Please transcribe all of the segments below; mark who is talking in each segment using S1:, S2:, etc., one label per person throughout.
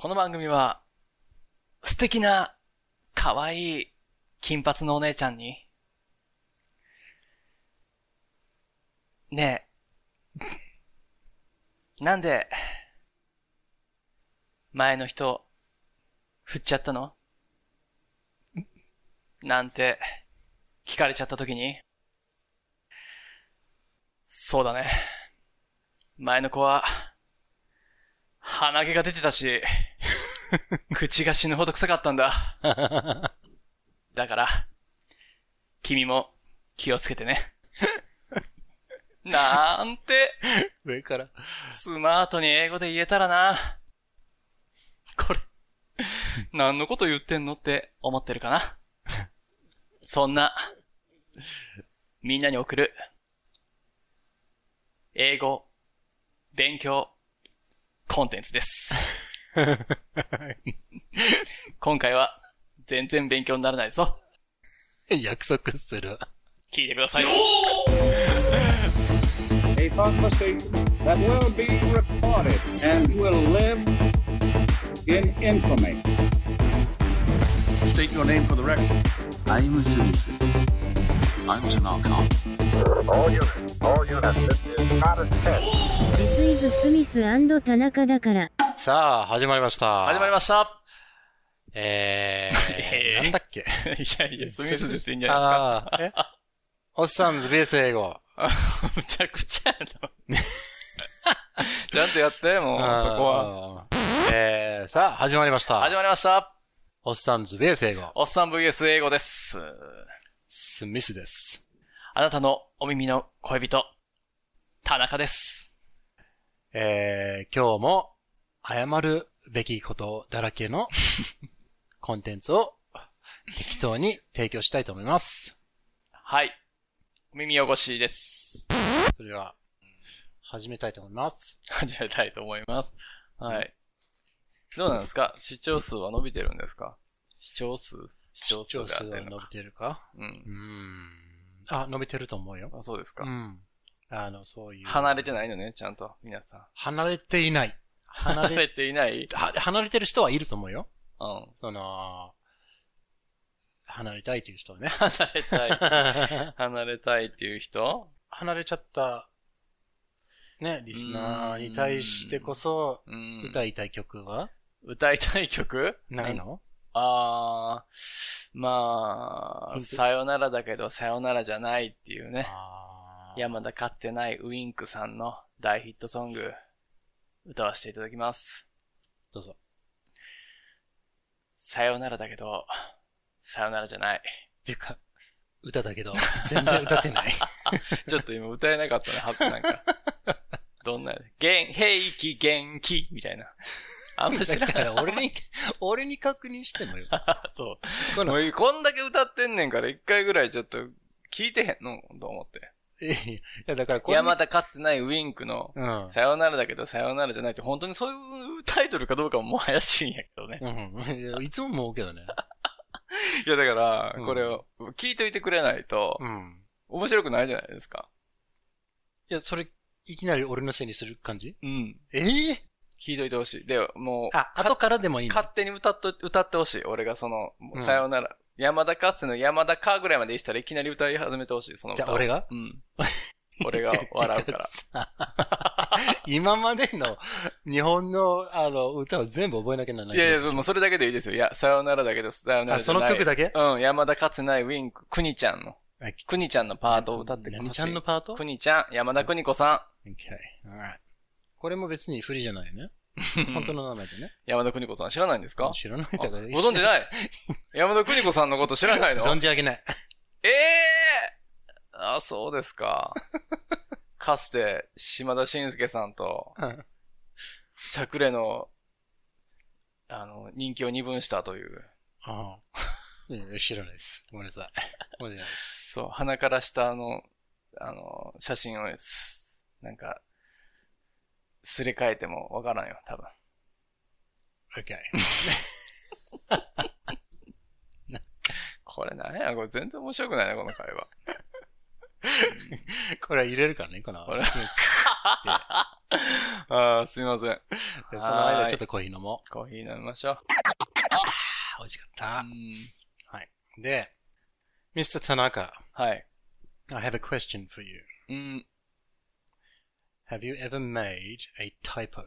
S1: この番組は、素敵な、可愛い、金髪のお姉ちゃんに、ねえ、なんで、前の人、振っちゃったのなんて、聞かれちゃった時に、そうだね。前の子は、鼻毛が出てたし、 口が死ぬほど臭かったん だ。だから、君も気をつけて ね。なんて、
S2: 上から。
S1: スマートに英語で言えたらな。これ、何のこと言ってんのって思ってるかな。そんな、みんなに送る、英語、勉強、コンテンツです。今回は、全然勉強にならないぞ。
S2: 約束する。
S1: 聞いてください。
S3: a prophecy that will be recorded and will live in infamy. State your name for the record.
S4: I'm Smith. I'm Tanaka.
S5: All units, all units, this is not a test.
S6: ジスイズ・スミス田中だから。
S2: さあ、始まりました。
S1: 始まりました。
S2: た。え
S1: えー
S2: ー、なんだっけ
S1: いやいや、スミスですいいんじゃないですか。
S2: ああー、えおっさんズベース英 語。
S1: むちゃくちゃやな。ちゃんとやって、もう、そこは。
S2: は。えー、さあ、始まりました。
S1: 始まりました。
S2: おっさんズベース英語。
S1: おっさん VS 英語です。
S2: スミスです。
S1: あなたのお耳の恋人、田中です。
S2: えー、今日も謝るべきことだら けのコンテンツを適当に提供したいと思います。
S1: はい。お耳汚しです。
S2: それでは、始めたいと思います。
S1: 始めたいと思います。はい。どうなんですか視聴数は伸びてるんですか視聴数視聴数
S2: 視聴
S1: が
S2: 数
S1: 出
S2: は
S1: てる
S2: 伸
S1: の
S2: び
S1: か
S2: てるか
S1: うん
S2: う。ーん。あ、伸びてると思うよ。
S1: あ、そうですか、
S2: うん。あの、そういう。
S1: 離れてないのね、ちゃんと、皆さん。
S2: 離れていない。離
S1: 離
S2: れ、
S1: れていない
S2: は離れてる人はいると思うよ。
S1: うん。
S2: その、離れたいという人 はね。
S1: 離れたい。離れたいっていう人
S2: 離れちゃった、ね、リスナーに対してこそ、
S1: うん
S2: 歌いたい曲は
S1: 歌いたい曲
S2: ないの
S1: あー、ま
S2: 本
S1: あ、
S2: 当
S1: さよならだけど、さよならじゃないっていうね。
S2: あー
S1: 山田勝ってないウィンクさんの大ヒットソング、歌わせていただきます。
S2: どうぞ。
S1: さよならだけど、さよならじゃない。
S2: っていうか、歌だけど、全然歌ってない。
S1: ちょっと今歌えなかった ね、ハッピーなんか。どんなや元、平気、元気、みたいな。あんま 知ら
S2: だ
S1: な
S2: か
S1: い。
S2: ら俺に、俺に確認してもよ。
S1: そ
S2: こ
S1: う。も
S2: の、
S1: うこんだけ歌ってんねんから、一回ぐらいちょっと聞いてへんのと思って。
S2: いや、だからこれ、
S1: 山田勝ってないウィンクの、
S2: うん。
S1: さよならだけどさよならじゃないって、本当にそういうタイトルかどうかももう怪しいんやけどね。
S2: うんいや。いつも思うけどね。
S1: いやだから
S2: う、ん
S1: これを聞いといてくれないと
S2: う、ん。
S1: 面白くないじゃないですか。
S2: いや、それ、いきなり俺のせいにする感じ
S1: うん。
S2: ええ
S1: 聞いといてほしい。で、もう、
S2: あ、後からでもいいの
S1: 勝手に歌っと、歌ってほしい。俺がその、もう
S2: うん
S1: さよなら。山田かつての山田かぐらいまでしたらいきなり歌い始めてほしい。その
S2: じ
S1: 歌
S2: ゃ
S1: を
S2: あ俺が
S1: うん。俺が笑うから。
S2: 今までの日本のあの歌を全部覚えなきゃならない。
S1: いやいや、もうそれだけでいいですよ。いや、さよならだけど、さよな
S2: あ
S1: らじゃ
S2: そ
S1: ない。
S2: の曲
S1: だ
S2: だけ
S1: うん、山田かつてないウィンク、くにちゃんの。
S2: あ
S1: くにちゃんのパートを歌ってほしい。
S2: 何ちゃんのパート
S1: くにちゃん、山田くにこさ
S2: ?Okay. Alright. これも別に振りじゃないよね。
S1: ん。
S2: 本当の名前でね。
S1: 山田くにこさん知らないんですか
S2: 知らない
S1: あ
S2: だ
S1: ご
S2: から。
S1: 存知ない山田くにこさんのこと知らない の
S2: 存じ上げない。
S1: ええあ、そうです か。かつて、島田紳介さんと、
S2: うん
S1: しゃくれの、あの、人気を二分したという。
S2: ああいやいや知らないです。ごめんなさい。ごめんなさいです。
S1: そう、鼻から下の、あの、写真をす、なんか、すれ替えてもわからんよ、多分。
S2: OK。
S1: これなんや、これ全然面白くないね、この会話。
S2: これは入れるからね、この。
S1: これ
S2: うんって
S1: あーすいません。
S2: でその間ちょっとコーヒー飲も
S1: コーヒー飲みましょう。
S2: う。あ美味しかった
S1: う。ん
S2: で、Mr. Tanaka,
S1: はい。
S2: I have a question for you.
S1: うん。
S2: Have you ever made a typo?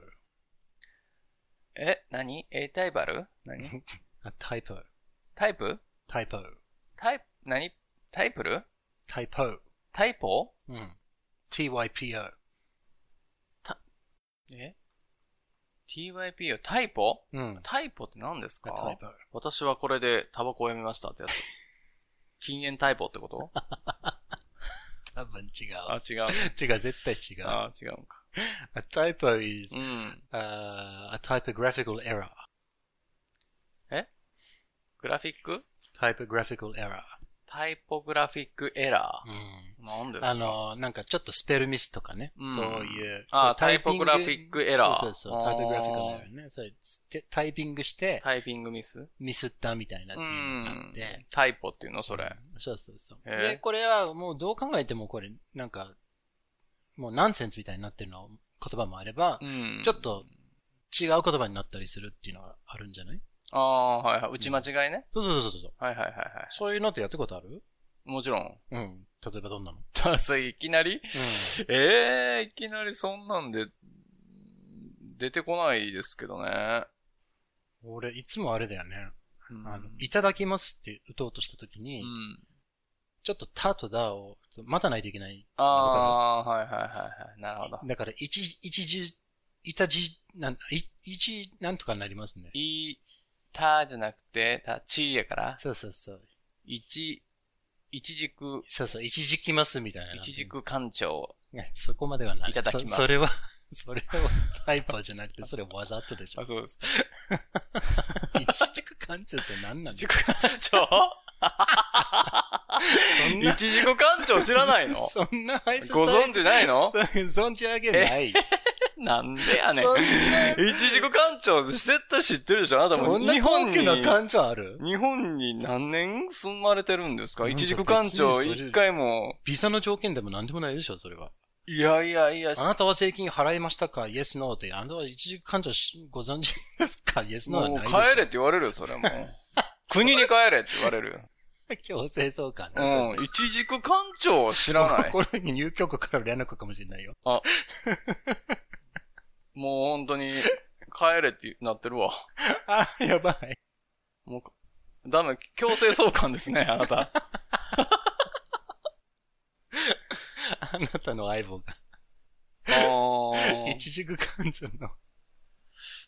S1: え、何 ?A タイバル何
S2: A typo.
S1: タイプ
S2: Typo.
S1: タイプ、何タイプル
S2: Typo.
S1: タイポ
S2: うん。typo.
S1: え ?TYP をタイポ
S2: うん。
S1: タイポって何ですか
S2: Hmm. A typo.
S1: 私はこれでタバコをやめましたってやつ。禁煙タイポってこと
S2: 多分違
S1: あ、
S2: う。
S1: 違う。
S2: てか絶対違う。
S1: あ、違うのか。
S2: A typo is
S1: うん。
S2: uh, a typographical error.
S1: グラフィック
S2: typographical error. Hmm.
S1: タイポグラフィックエラ
S2: うん。
S1: ー。何ですか
S2: あ、の、なんかちょっとスペルミスとかね。
S1: うん
S2: そういう。
S1: あ
S2: タイピング
S1: タイポグラフィックエラー
S2: そうそうそう。
S1: あー
S2: タイポグラフィックエラーね。それてタイピングして
S1: タイピングミス
S2: ミスったみたいなって
S1: う
S2: いうのがあっ
S1: ん
S2: て。。
S1: タイポっていうのそれ。
S2: うんそうそうそう。
S1: へー
S2: で、これはもうどう考えてもこれ、なんか、もうナンセンスみたいになってるの言葉もあれば
S1: う、ん。
S2: ちょっ。と違う言葉になったりするっていうのがあるんじゃない
S1: ああ、はいはい。打ち間違いね。
S2: そうそうそうそうそう。
S1: はいはいはいは
S2: そういうのってやったことある
S1: い。もちろん。
S2: うん。例えばどんなの
S1: だそれいきなりええいきなりそんなんで、出てこないですけどね。
S2: 俺、いつもあれだよね。
S1: うん
S2: あの、いただきますって打とうとしたときに、
S1: うん。
S2: ちょっとたとだをちょっと待たないといけない。
S1: ああー、はいはいはいはい。なるほど。
S2: だから、一、一時、いたじ、なん、い一、なんとかになりますね。
S1: い、たじゃなくて、た、ちやから、
S2: そうそうそう。
S1: いち、いちじく、
S2: そうそう、一時来ますみたいな。
S1: いちじく館長。
S2: ね、そこまではない。
S1: いただきます
S2: そそれは、 それはタイパーじゃなくて、それわざとでしょ。
S1: そうです。
S2: 一軸館長って何ないん
S1: ちじ
S2: だ
S1: く館 長
S2: そん
S1: い
S2: な、
S1: ちじく館長知らないの
S2: そんな挨拶
S1: ご存知ないの
S2: そ存じ上げない。
S1: なんでやねん。
S2: そん
S1: いちじく館長絶対知ってるでしょあなたも
S2: そんな
S1: 日
S2: 高
S1: 本に
S2: 級な館長ある
S1: 日本に何年住まれてるんですか
S2: なんか
S1: 一軸館長
S2: 別にそれ
S1: 一回も。
S2: ビザの条件でも何でもないでしょ、それは。
S1: いやいやいや、
S2: あなたは税金払いましたか ?Yes, no って。あなたは一軸館長しご存知ですか ?Yes, no は
S1: もう
S2: ないでしょ。
S1: 帰れって言われるよ、それ もう。国に帰れって言われるよ。
S2: 強制送還ねそれ
S1: うん。一軸館長を知ら ない。
S2: これ入局から連絡かもしれないよ。
S1: もう本当に、帰れってなってるわ。
S2: あ、やばい。
S1: もうか、ダメ、強制送還ですね、あな た。
S2: あなたの相棒が。
S1: あー
S2: 一軸館長の。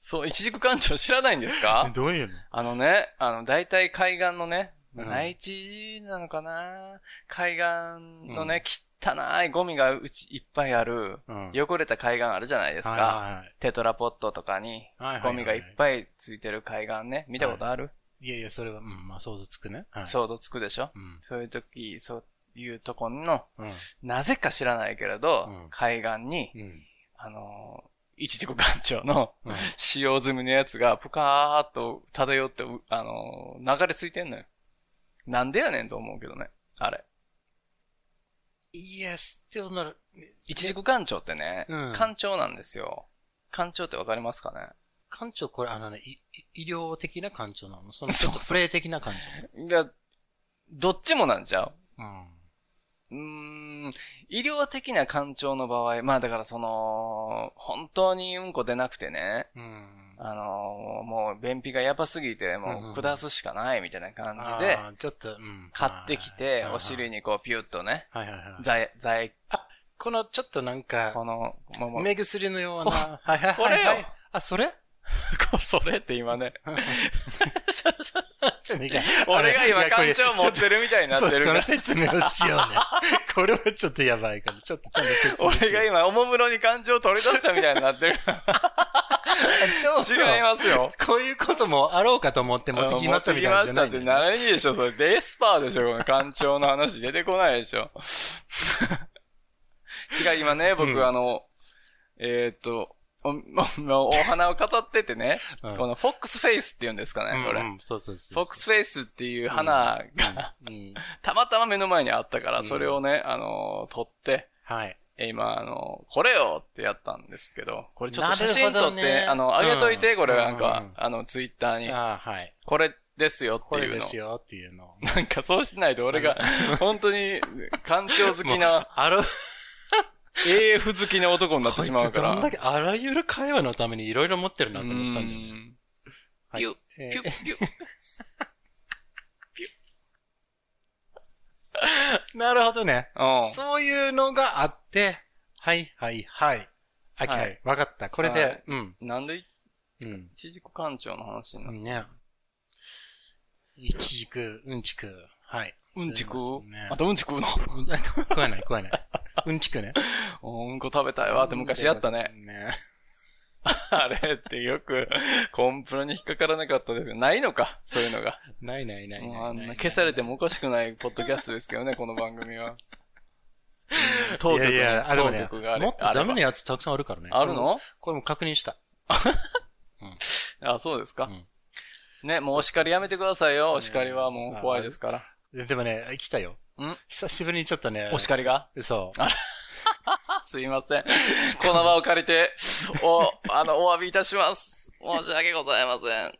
S1: そう、一軸館長知らないんですか
S2: どういうの
S1: あのね、あの、大体海岸のね、
S2: うん
S1: 内地なのかな海岸のね、汚いゴミがうちいっぱいある、
S2: うん
S1: 汚れた海岸あるじゃないですか。
S2: は
S1: テトラポットとかに
S2: いはいはいはい。
S1: ゴミがいっぱいついてる海岸ね。見たことある、
S2: い。いやいや、それは、うん、まあ想像つくね。はい。
S1: 想像つくでしょ
S2: うん。
S1: そういう時、そういうとこの、
S2: うん。
S1: なぜか知らないけれど、
S2: うん
S1: 海岸に、
S2: うん。
S1: あのー、一軸館長の
S2: うん
S1: 使用済みのやつがぷかーっと漂って、うあのー、流れ着いてんのよ。なんでやねんと思うけどね。あれ。
S2: いや、still not,
S1: 一軸館長ってね、
S2: うん
S1: 館長なんですよ。館長ってわかりますかね
S2: 館長、これ、あのね、いい医療的な館長なのその、ちょっとプレイ的な館長ね。
S1: いや、どっちもなんちゃう
S2: うん。
S1: うーん、医療的な感情の場合、まあだからその、本当にうんこ出なくてね、
S2: うん。
S1: あのーもう便秘がやばすぎて、
S2: うんうんう
S1: も
S2: ん
S1: う下すしかないみたいな感じで、
S2: あー、ちょっと、うん。
S1: 買ってきて、お尻
S2: に。
S1: にこうピュッとね、
S2: はいはいはい。
S1: 剤、剤、
S2: この、ちょっとなん
S1: こ
S2: か、
S1: の、もうもう、
S2: 目薬のような。はいはい
S1: これよ
S2: はい。あ、それ
S1: それって今ね、
S2: ちょっといいか
S1: 俺が今
S2: いやこ
S1: 感
S2: れ
S1: 情持ってるみたいになってる
S2: そ
S1: か
S2: うこの
S1: ら、
S2: 説明をしようね。 これはちょっとやばいから、ちょっとちゃんと説明しよう。
S1: 俺が今おもむろに感情を取り出したみたいになってる。違います よ。
S2: こういうこともあろうかと思って持ってきましたみたいなんじゃない
S1: 持っ
S2: ん
S1: てき
S2: だよ
S1: ましたってな
S2: ね
S1: らいいでしょ、それ。デスパーでしょ、この官庁の話出てこないでしょ。 違う、今ね、僕、
S2: うん
S1: あの、えーっと、お、 おお花を飾っててね、
S2: うん
S1: このフォックスフェイスって言うんですかね、これ。
S2: うんうんそうそうそう。
S1: フォックスフェイスっていう花が、
S2: うん。
S1: たまたま目の前にあったから、それをね、あのー取って、
S2: はい。
S1: え今、あの、これよってやったんですけど、これちょっと写
S2: な
S1: 真
S2: るほ
S1: 撮
S2: ど
S1: って、
S2: ね
S1: あの、上げといて、
S2: うん
S1: これなん
S2: う
S1: か
S2: ん、
S1: あの、ツイッターに、
S2: ああ、はい。
S1: これですよって
S2: こ
S1: い
S2: れ
S1: う
S2: で
S1: の。
S2: すよっていうのを。
S1: なんかそうしないと俺が、 本当に、環境好きな、
S2: あら、
S1: AF 好きな男になっ
S2: こ
S1: て
S2: い
S1: しまう
S2: つ
S1: か
S2: ど
S1: ら。
S2: んだけあらゆる会話のためにいろいろ持ってるなと
S1: う
S2: 思ったんだよね。
S1: ん
S2: はい
S1: ピュッ
S2: えー
S1: ピュッピュッ
S2: なるほどね。
S1: うん。
S2: そういうのがあって、はい、はい、はい。はい、
S1: は
S2: はいい、わかった。これ
S1: は
S2: で
S1: い、
S2: うん、
S1: なんでい
S2: うん。
S1: 一軸館長の話になっ
S2: ね。いちじく、うんちく、はい。
S1: うんち食う
S2: そうですね
S1: またうんち食うの
S2: うんあ食わない、食わない。うんちくね。
S1: うんこ食べたいわって昔やったね。。 あれってよくコンプラに引っかからなかったですけど、ないのかそういうのが。
S2: ないないないない
S1: もう
S2: な
S1: あ
S2: い
S1: ん
S2: ない
S1: な消されてもおかしくないポッドキャストですけ どね、この番組は。うん当
S2: い
S1: 局
S2: やいや、あ、でもね
S1: 当局があ、れ
S2: もっとダメなやつたくさんあるからね。
S1: あるの
S2: これも確認した。
S1: あ、そうですか。ね、もうお叱りやめてくださいよ。お叱りはもう怖いですか
S2: ででもね、来たよ。
S1: ん
S2: 久しぶりにちょっとね
S1: ら。、お叱りが
S2: そう。
S1: あすいません。この場を借りて、お、あの、お詫びいたします。申し訳ございま せん。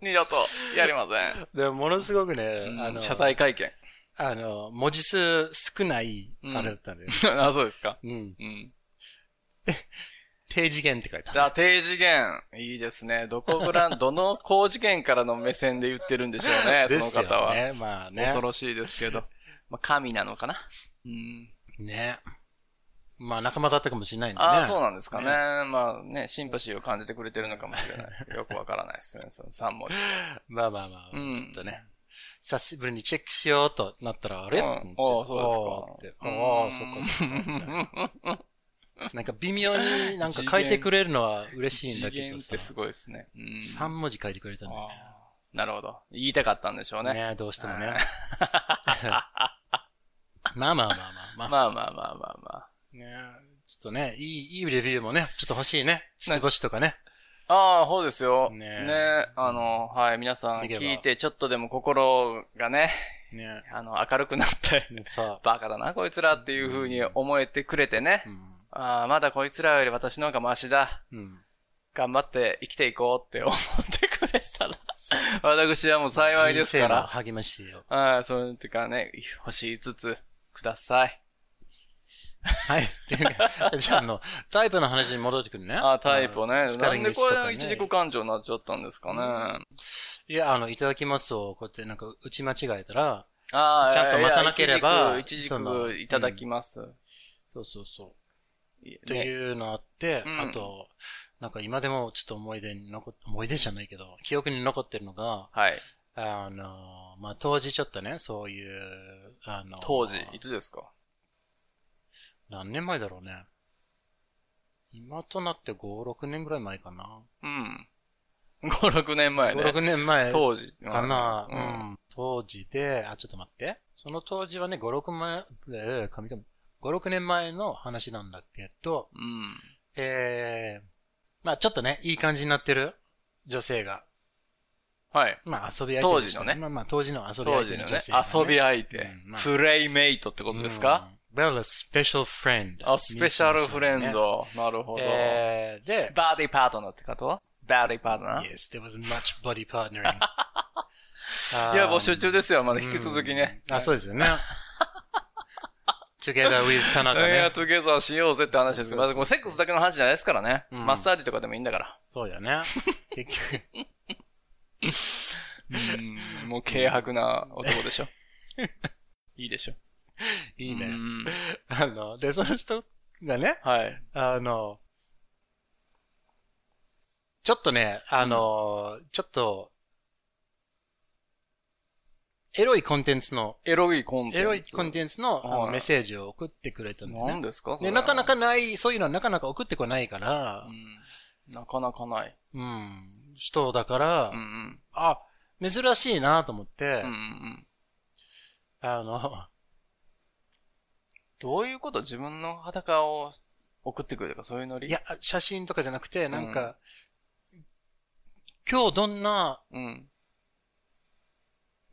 S1: 二度とやりませ
S2: でもものすごくね、
S1: ん。
S2: あ
S1: あ
S2: の、
S1: の謝罪会見。
S2: あの、文字数少ない、
S1: うん
S2: あれだったんだよ。
S1: あ、そうですか。
S2: うん。
S1: うん。
S2: 低次元って書いて
S1: じゃ
S2: あ
S1: あ、
S2: っ
S1: 低次元。いいですね。どこぐら、 どの高次元からの目線で言ってるんでしょうね
S2: た。、で
S1: その
S2: すよ
S1: 方は。
S2: ね、まあね。
S1: 恐ろしいですけど。まあ、神なのかな。うん。
S2: ね。まあ仲間だったかもしれないんでね。
S1: ああ、そうなんですかね。
S2: ね
S1: まあね、シンパシーを感じてくれてるのかもしれないですけど、よくわからないですね、その3文字。
S2: まあまあまあ、
S1: うん
S2: ちょっとね。久しぶりにチェックしようとなったら、あ
S1: う
S2: れ
S1: ん
S2: と思って
S1: ああそうですか
S2: ああああ、そ
S1: うん
S2: っかそっか。なんか微妙になんか書いてくれるのは嬉しいんだ
S1: 次
S2: け
S1: 元
S2: ど
S1: っ
S2: さ
S1: て。すごいですね。うん
S2: 3文字書いてくれたんだよ
S1: あーなるほど。言いたかったんでしょうね。
S2: ね。ねどうしても
S1: は
S2: ね
S1: い。
S2: まあまあまあまあまあ。
S1: まあまあまあまあまあ。
S2: ねちょっとね、いい、いいレビューもね、ちょっと欲しいね。つぼしとかね。
S1: ああ、そうですよ。ね
S2: ね
S1: あの、はい、皆さん
S2: いけば
S1: 聞いて、ちょっとでも心がね、
S2: ね
S1: あの、明るくな って、
S2: さ
S1: バカだな、こいつらっていう風に思えてくれてね。
S2: あ、
S1: ああ、まだこいつらより私の方がマシだ。
S2: うん。うん。
S1: 頑張って生きていこうって思ってくれたら、 私はもう幸いですか
S2: 人生の
S1: ら。
S2: 励ましを。
S1: ああ、そういうてかね、星5つください。
S2: はい。っていう かじゃあ、あの、タイプの話に戻ってくるね。
S1: ああ、タイプをね。
S2: スペ
S1: な
S2: リ
S1: ん
S2: ン
S1: で
S2: グ
S1: これ
S2: 一緒とかね
S1: 一軸感情になっちゃったんですかね。
S2: いや、あの、いただきますを、こうやってなんか、打ち間違えたら、
S1: ああ、
S2: ちゃんと待たなければ
S1: 一軸
S2: その
S1: いただきます。
S2: そうそうそう。と
S1: ね
S2: いうのあって、
S1: うん
S2: あと、なんか今でもちょっと思い出に残っ、思い出じゃないけど、記憶に残ってるのが、
S1: はい。
S2: あの、まあ、当時ちょっとね、そういう、あの、
S1: 当時、いつですか
S2: 何年前だろうね。今となって5、6年ぐらい前かな。
S1: うん。5、6年前
S2: 5、
S1: ね。
S2: 6年前か
S1: 当時。
S2: な。
S1: う。
S2: うんん。当時で、あ、ちょっと待って。その当時はね、5、6前、えー、神々5、6年前の話なんだけど、
S1: うん。
S2: えー、まあちょっとね、いい感じになってる女性が。
S1: はい。
S2: まあ遊び相手でした
S1: 当時のね
S2: まあまあ当時の遊び
S1: 当
S2: 相手
S1: 時の
S2: の
S1: ね
S2: 女性、が、
S1: 遊び相手
S2: うんま。あ
S1: プレイメイトってことですか
S2: うん ?Well, a special friend.
S1: あ、スペシャルフレン。ド。なるほど。
S2: えー、で、
S1: バーディーパートナーってことバーディーパートナー
S2: Yes, there was much body partnering.
S1: いや、募集
S2: 中
S1: 中ですよ。まだ引き続きね。
S2: あ、そうですよね。together with 田中
S1: エア
S2: ね。
S1: トゥゲザーしようぜって話ですけど、ま
S2: そ
S1: ず
S2: う
S1: こ
S2: そうそう
S1: れセックスだけの話じゃないですからね。
S2: うん
S1: マッサージとかでもいいんだから。
S2: そうやね。結局、
S1: もう軽薄な男でし ょ。いいでしょ。
S2: いいうね。
S1: ん
S2: あの、で、その人がね、
S1: はい。
S2: あの、ちょっとね、あの、ちょっと、エロいコンテンツの、
S1: エロいコンテンツ。
S2: エロいコンテンツのあ
S1: はい
S2: のメッセージを送ってくれたんだよ
S1: 何
S2: ね。
S1: ですかそれ
S2: で、なかなかない、そういうのはなかなか送ってこないか
S1: う
S2: ら、
S1: んなかなかない。
S2: うん、人だから
S1: うんう、ん。
S2: あ、珍しいなと思って
S1: うんう、ん
S2: あの、
S1: どういうこと自分の裸を送ってくるとか、そういうノリ
S2: いや、写真とかじゃなくて、なんか、今日どんな、
S1: うん。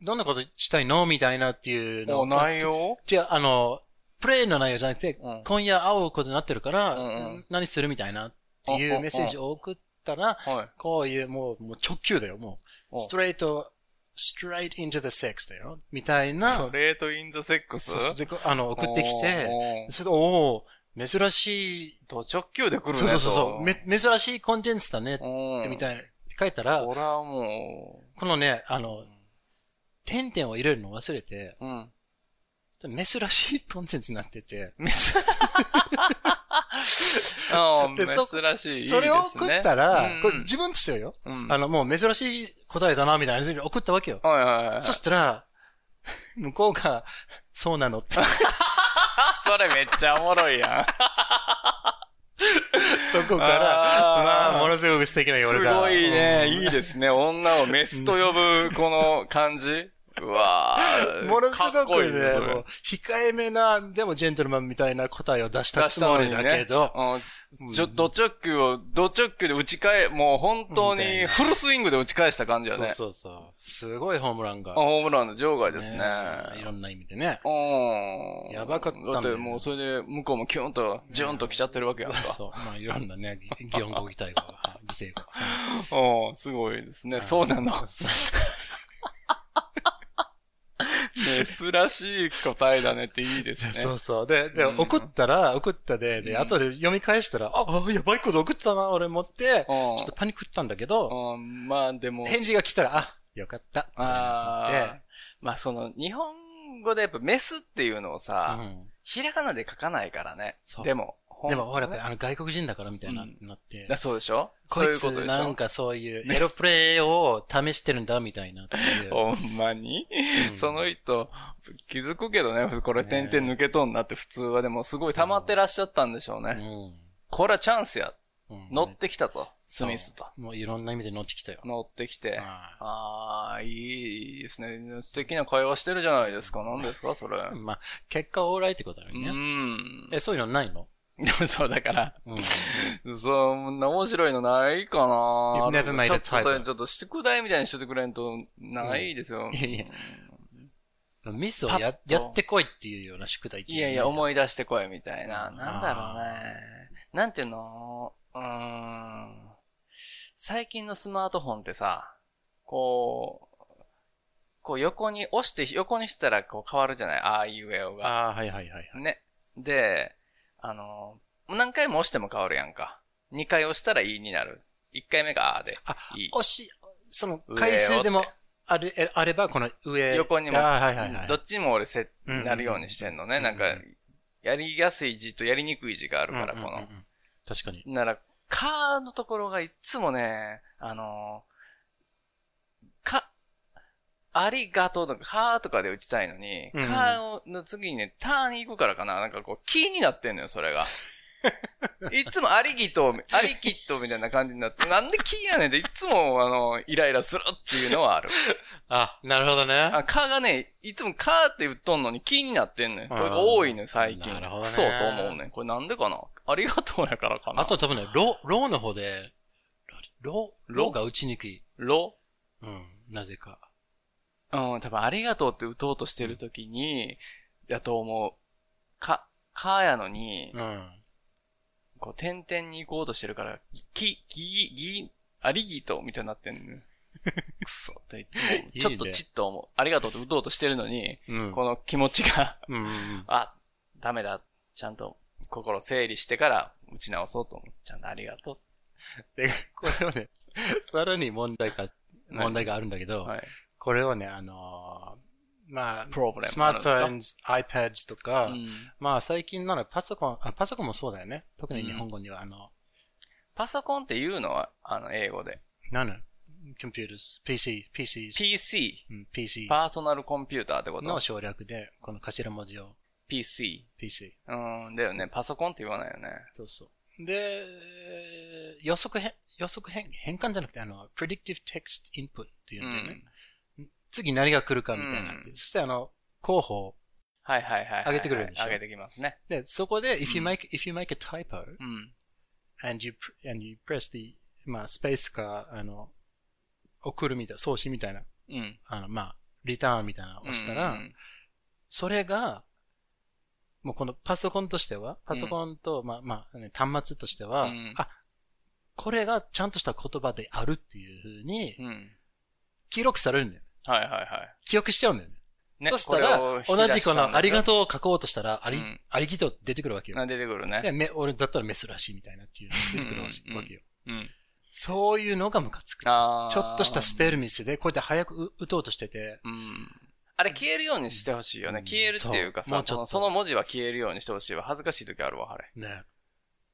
S2: どんなことしたいのみたいなっていうの
S1: お、
S2: を
S1: 内容
S2: 違う、あの、プレイの内容じゃなくて、
S1: うん
S2: 今夜会うことになってるから、
S1: うんうん
S2: 何するみたいなっていうメッセージを送ったら、
S1: はい。
S2: こういうもうもう直球だよ、もう。ストレート、straight into the sex だよ、みたいな。
S1: ストレートインザセックス
S2: そうそうでこあの、送ってきて、
S1: て
S2: それで、おー珍しい、
S1: ド直球で来るね
S2: そうそうそうそう、め
S1: っ
S2: 珍しいコンテンツだね、
S1: ち
S2: みたいな、書いたら、
S1: 俺はも
S2: このね、あ
S1: う
S2: の、、点々を入れるの忘れて、
S1: うん。
S2: 珍しいコンテンツになってて、
S1: めす、 ああ、
S2: でそ
S1: 珍しい。いいですね
S2: それを送ったら、
S1: うん
S2: これ自分としてはよ、
S1: うん
S2: あの、もう珍しい答えだな、みたいな風に送ったわけよ。
S1: はいはいはい。
S2: そしたら、 向こうが、そうなのって。
S1: それめっちゃおもろいやん。
S2: そこから、
S1: あー
S2: まあ、ものすごく素敵な
S1: す
S2: 夜が。
S1: ごいね。いい
S2: す。
S1: ですね。女をメスと呼ぶ、この感じ。うわー
S2: ものす
S1: かっ
S2: ご
S1: こ
S2: く
S1: いい
S2: ね、
S1: そ
S2: も
S1: れ
S2: う控えめな、でもジェントルマンみたいな答えを出したつもりだけど、
S1: うんちょ、ド直球を、ド直球で打ち返、もう本当
S2: みたい
S1: に
S2: な
S1: フルスイングで打ち返した感じだ
S2: そう
S1: ね。
S2: そうそう。すごいホームランが。
S1: あホームランの場外ですね。
S2: えいろんな意味でね。
S1: うん。
S2: やばかったんだ
S1: だ
S2: よ
S1: ってもうそれで向こうもキュンと、ジュンと来ちゃってるわけやんか。
S2: そう。まあ、いろんなね、ぎ擬音語、擬態語、はい美声語。
S1: うん、すごいですね。そうなの。珍しい答えだねっていいですね。
S2: そうそう。で、で、
S1: うん
S2: 送ったら、送ったで、
S1: うん
S2: で、後で読み返したら、あ、あやばいこと送ったな、俺持って、ち
S1: うん
S2: ょっとパニックったんだけど、
S1: うん、まあでも、
S2: 返事が来たら、あ、よかった。
S1: あ
S2: みたい
S1: あ、まあその、日本語でやっぱメスっていうのを
S2: な
S1: さ、
S2: のでうん
S1: ひらがなで書かないからね。
S2: そう
S1: でも、ほん
S2: でも、ほら、
S1: ね
S2: あの、外国人だからみたいな、
S1: うん
S2: なって。
S1: だそうでしょ
S2: こ
S1: そう
S2: い
S1: いう
S2: つ
S1: ことでしょ
S2: なんかそういう、エロプレイを試してるんだ、みたいなっていう。
S1: ほんまに、
S2: うん
S1: その人、気づくけどね、これ点々抜けとんなって普通はでもすごい溜まってらっしゃったんでしょうね。これはチャンスや。
S2: うんうん
S1: 乗ってきたぞ、スミスと。
S2: もういろんな意味で乗ってきたよ。
S1: 乗ってきて。
S2: ああ
S1: ああ、いいですね。素敵な会話してるじゃないですか。何ですか、それ。う
S2: まあ、結果オーライってことだよね。
S1: ん。
S2: え、そういうのないの
S1: え、そうだから、
S2: うん。
S1: そんな面白いのないかな
S2: You've never made a
S1: ちょっと
S2: type.
S1: それ、ちょっと宿題みたいにしててくれんと、ないですよ。
S2: んいやいやミスを
S1: パッ
S2: や
S1: と
S2: やってこいっていうような宿題
S1: いやいや、
S2: い。
S1: 思い出してこい、みたいな。
S2: うん
S1: なんだろうね。なんていうのうーん。最近のスマートフォンってさ、こう、こう横に押して、横にしたらこう変わるじゃないああいうえおが。
S2: ああ、はいはいはいはい。
S1: ね。で、あの、何回も押しても変わるやんか。2回押したらいいになる。1回目があーで
S2: あ、
S1: いい。
S2: 押し、その、回数で
S1: 上
S2: も
S1: をって、
S2: ある、えあれば、この上。
S1: 横にも
S2: ああ、はいはいはい。
S1: どっちにも俺せ、
S2: うんうんうん
S1: なるようにしてんのね。
S2: うん
S1: なんか、やりやすい字とやりにくい字があるから、
S2: う
S1: こ
S2: んうんうんう
S1: の
S2: ん。確かに。
S1: なら、かのところがいつもね、あのーか、ありがとうとか、かーとかで打ちたいのに、
S2: うん
S1: かの次にね、たーに行くからかな、なんかこう、気になってんのよ、それが。 いつもありぎと、ありきっとみたいな感じになって、なんで気やねんって、いつも、あの、イライラするっていうのはある。
S2: あ、なるほどね。
S1: あ、かがね、いつもかーって言っとんのに気になってんのよ。これが多いのよ、最近。
S2: なるほどね
S1: そうと思うねん。これなんでかなありがとうやからかな。
S2: あと、多分ね、ロ、ローの方で、ロ、ロロが打ちにくい。
S1: ろ
S2: うん、なぜか。
S1: うん、多分、ありがとうって打とうとしてるときに、やと思う。か、かやのに
S2: う、ん。
S1: こう、点々に行こうとしてるから、き、ぎ、ぎ、ありぎと、みたいになってん のよ。くそっていつも思う、
S2: いいね
S1: ちょっとちっと思う。ありがとうって打とうとしてるのに、
S2: うん。
S1: この気持ちが、
S2: うんうん
S1: あ、ダメだ。ちゃんと心整理してから打ち直そうと思う。ちゃんとありがと
S2: で、これをね、さらに問題が、
S1: 何
S2: 問題があるんだけど、
S1: う。はい。
S2: これをね、あのーまあ、
S1: プロブレム
S2: スマートフ
S1: あ
S2: ォ
S1: る
S2: ン、iPads とか、
S1: うん
S2: まあ最近ならパソコン、あパソコンもそうだよね。特に日本語には、あの、
S1: パソコンっていうのは、あの、英語で。
S2: なの computers, PC, PCs,
S1: PC、
S2: うん PCs
S1: パーソナルコンピューターってこと
S2: の省略で、この頭文字を
S1: PC。
S2: PC。
S1: うん、だよね。パソコンって言わないよね。
S2: そうそう。で、予測変、予測変、変換じゃなくて、あの、predictive text input っていうんだよね。次何が来るかみたいなって。
S1: う
S2: そしてあの、候補。
S1: はいはいはいはい。
S2: 上げてくれるでしょ
S1: 上げてきますね。
S2: で、そこで、if you
S1: うん
S2: make, if you make a typo,
S1: うん。
S2: and you, pr- and you press the, まあ、スペースか、あの、送るみたいな、送信みたいな、
S1: うん。
S2: あの、まあ、リターンみたいなのを押したら、
S1: うんうん
S2: それが、もうこのパソコンとしては、パソコンと、まあまあ、ね端末としては、
S1: うん
S2: あ、これがちゃんとした言葉であるっていうふうに
S1: う、ん。
S2: 記録されるんだよね。
S1: はいはいはい。
S2: 記憶しちゃうんだよね。
S1: ね
S2: そしたら、同じこの、ありが
S1: と
S2: とうを書こうとしたら、あり、
S1: うん
S2: ありきとう出てくるわけよ。
S1: 出てくるね。
S2: でめ俺だったらメスらしいみたいなっていうのが出てくるわけ
S1: うんうんうん
S2: わけよ。
S1: うん。
S2: そういうのがムカつく。ちょ
S1: あー
S2: っとしたスペルミスで、こうやって早くう打とうとしてて、
S1: うん。あれ消えるようにしてほしいよね。
S2: うん
S1: 消えるっていうか
S2: そうも
S1: さ、そ
S2: うちょっ
S1: の
S2: と
S1: その文字は消えるようにしてほしいわ。恥ずかしい時あるわ、あれ。
S2: ね。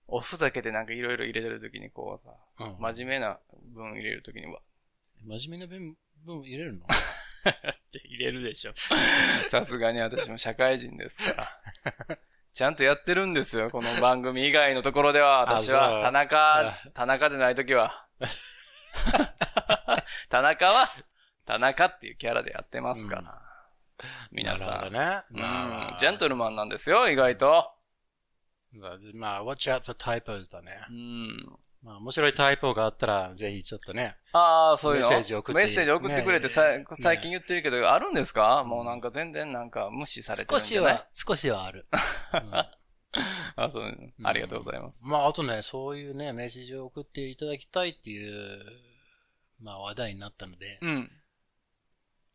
S1: おふざけでなんかいろいろ入れてる時にこうさ、
S2: うん
S1: 真面目な文入れる時には、
S2: 真面目な文、文入れるの
S1: じゃ入れるでしょ。 さすがに私も社会人ですから。 ちゃんとやってるんですよ、この番組以外のところでは、私
S2: あそ
S1: は。
S2: う
S1: 田中、田中じゃない時 は。田中は、田中っていうキャラでやってますから。 皆
S2: なる
S1: さ
S2: ほ
S1: ん。
S2: どね。
S1: うん、ジェントルマンなんですよ、意外と。
S2: ル。まあ、watch out for typos だね。
S1: うん。
S2: まあ、面白いタイポがあったら、ぜひちょっとね。
S1: ああ、そういうの
S2: メッセージ送って
S1: メッセージ送ってくれて、
S2: ね
S1: さ
S2: ね
S1: 最近言ってるけど、あるんですかもうなんか全然なんか無視されてる
S2: 少
S1: んじ
S2: し
S1: ゃない
S2: は、少しは ある。
S1: あ、そう。ありがとうございます。
S2: うんまあ、あとね、そういうね、メッセージを送っていただきたいっていう、まあ、話題になったので、
S1: うん。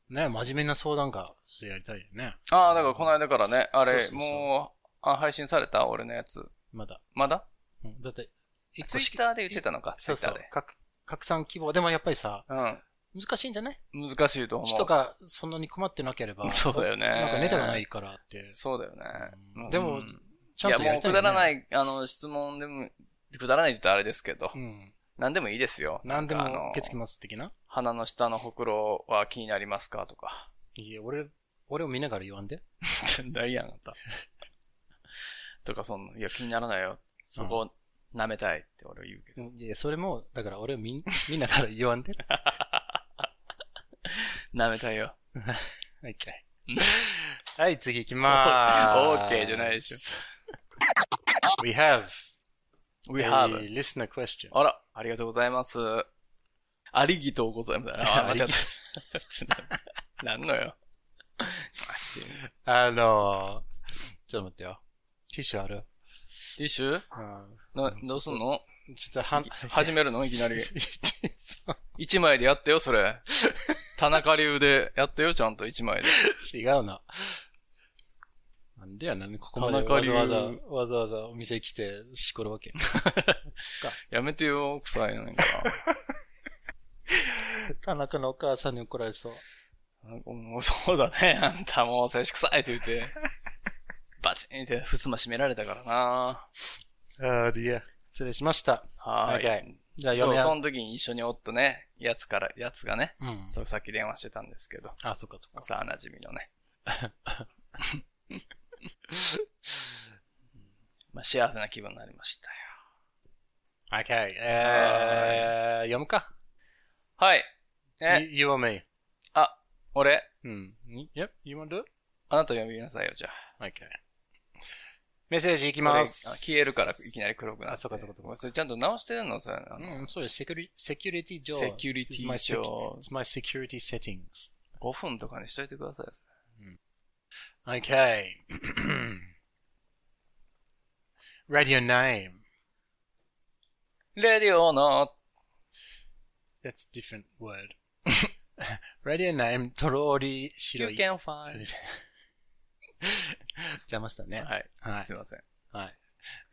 S2: ね、真面目な相談が、ちょっとやりたいよね。
S1: ああ、だからこの間からね、あ
S2: そう
S1: れ
S2: そ、うそう
S1: もう、あ、配信された俺のやつ。
S2: まだ。
S1: まだ
S2: うんだって、一
S1: ツイッターで言ってたのか、ツ
S2: そ
S1: イ
S2: う
S1: ッタ
S2: そ
S1: ー
S2: う
S1: で。。
S2: 拡拡散規模。でもやっぱりさ、
S1: う
S2: 難しいんじゃない
S1: ん。難しいと思う。。
S2: 人がそんなに困ってなければ
S1: そうだよね。
S2: なんかネタがないからって。
S1: そうだよね
S2: う。ん
S1: うん
S2: でもちゃ
S1: い
S2: ん
S1: や、
S2: と
S1: も
S2: やり
S1: う
S2: たい、
S1: く
S2: ね。。
S1: だらないい、あの、質問でも、くだらないって言ったらあれですけど
S2: う、ん。
S1: 何でもいいですよ。
S2: 何で
S1: なんかあの
S2: も受け付けます的な。
S1: 鼻の下のほくろは気になりますかとか。
S2: いや、俺、俺を見ながら言わんで。
S1: 大やん、あんた。 とか、その、いや、気にならないよ。そこ、舐めたいって俺は言うけど。
S2: いや、それも、だから俺を見、見ながら言わんで。
S1: 舐めたいよ。
S2: はい、 はい、次行きま
S1: オ
S2: ーす。
S1: ーケーじゃないでしょ。
S2: We have
S1: We
S2: a
S1: have.
S2: listener question.
S1: あら、ありがとうございます。ありぎとうございます。あ、間違った。 なんのよ。
S2: あのー、ちょっと待ってよ。ティッシュある
S1: ティッシュ
S2: うん。
S1: な、どうすんの
S2: ちょっとはん、
S1: 始めるのいきな り。
S2: そう
S1: 一枚でやってよ、それ。田中流でやってよ、ちゃんと一枚で。
S2: 違うな。なんでや、なんでここま
S1: 田
S2: で
S1: 中
S2: わ
S1: 流
S2: ざわざ、わざわざお店来てしこるわけ。
S1: やめてよ、臭いのにから。
S2: 田中のお母さんに怒られそう。
S1: なんかもうそうだね。 あんたもう精子臭いって言 って、バチンって襖閉められたからな。
S2: あーいや。失礼しました。
S1: は。
S2: はいじゃあ、
S1: そ
S2: 読
S1: う、
S2: め
S1: そ
S2: 合う。
S1: の時に一緒におったね、やつから、やつがね、
S2: うん。
S1: そうさっき電話してたんですけど、
S2: あ、そっかそっか。
S1: さあ、馴染みの ね。まあ、幸せな気分になりましたよ。
S2: Okay. えー、読むか。
S1: はい。え、
S2: You, you or me?
S1: あ、俺、
S2: うん。Yep, you wanna do it?
S1: あなた読みなさいよ、じゃあ。
S2: Okay. メッセージいき
S1: これあ
S2: ます。
S1: 消えるから、いきなり黒くなって。
S2: あそうかそうかそうか
S1: それちゃんと直してるのそれあの
S2: うん、そうです。セキュリセキュリティ上。
S1: セキュリテ
S2: It's
S1: ィ
S2: my sec-
S1: 上
S2: It's my security settings.
S1: 5分とかにしといてください。
S2: Okay. Radio name.
S1: レディオの
S2: That's different word. Radio name, とろり白
S1: You
S2: い。
S1: can find.
S2: 邪魔したね。
S1: はい。
S2: はい
S1: すいません。
S2: はい。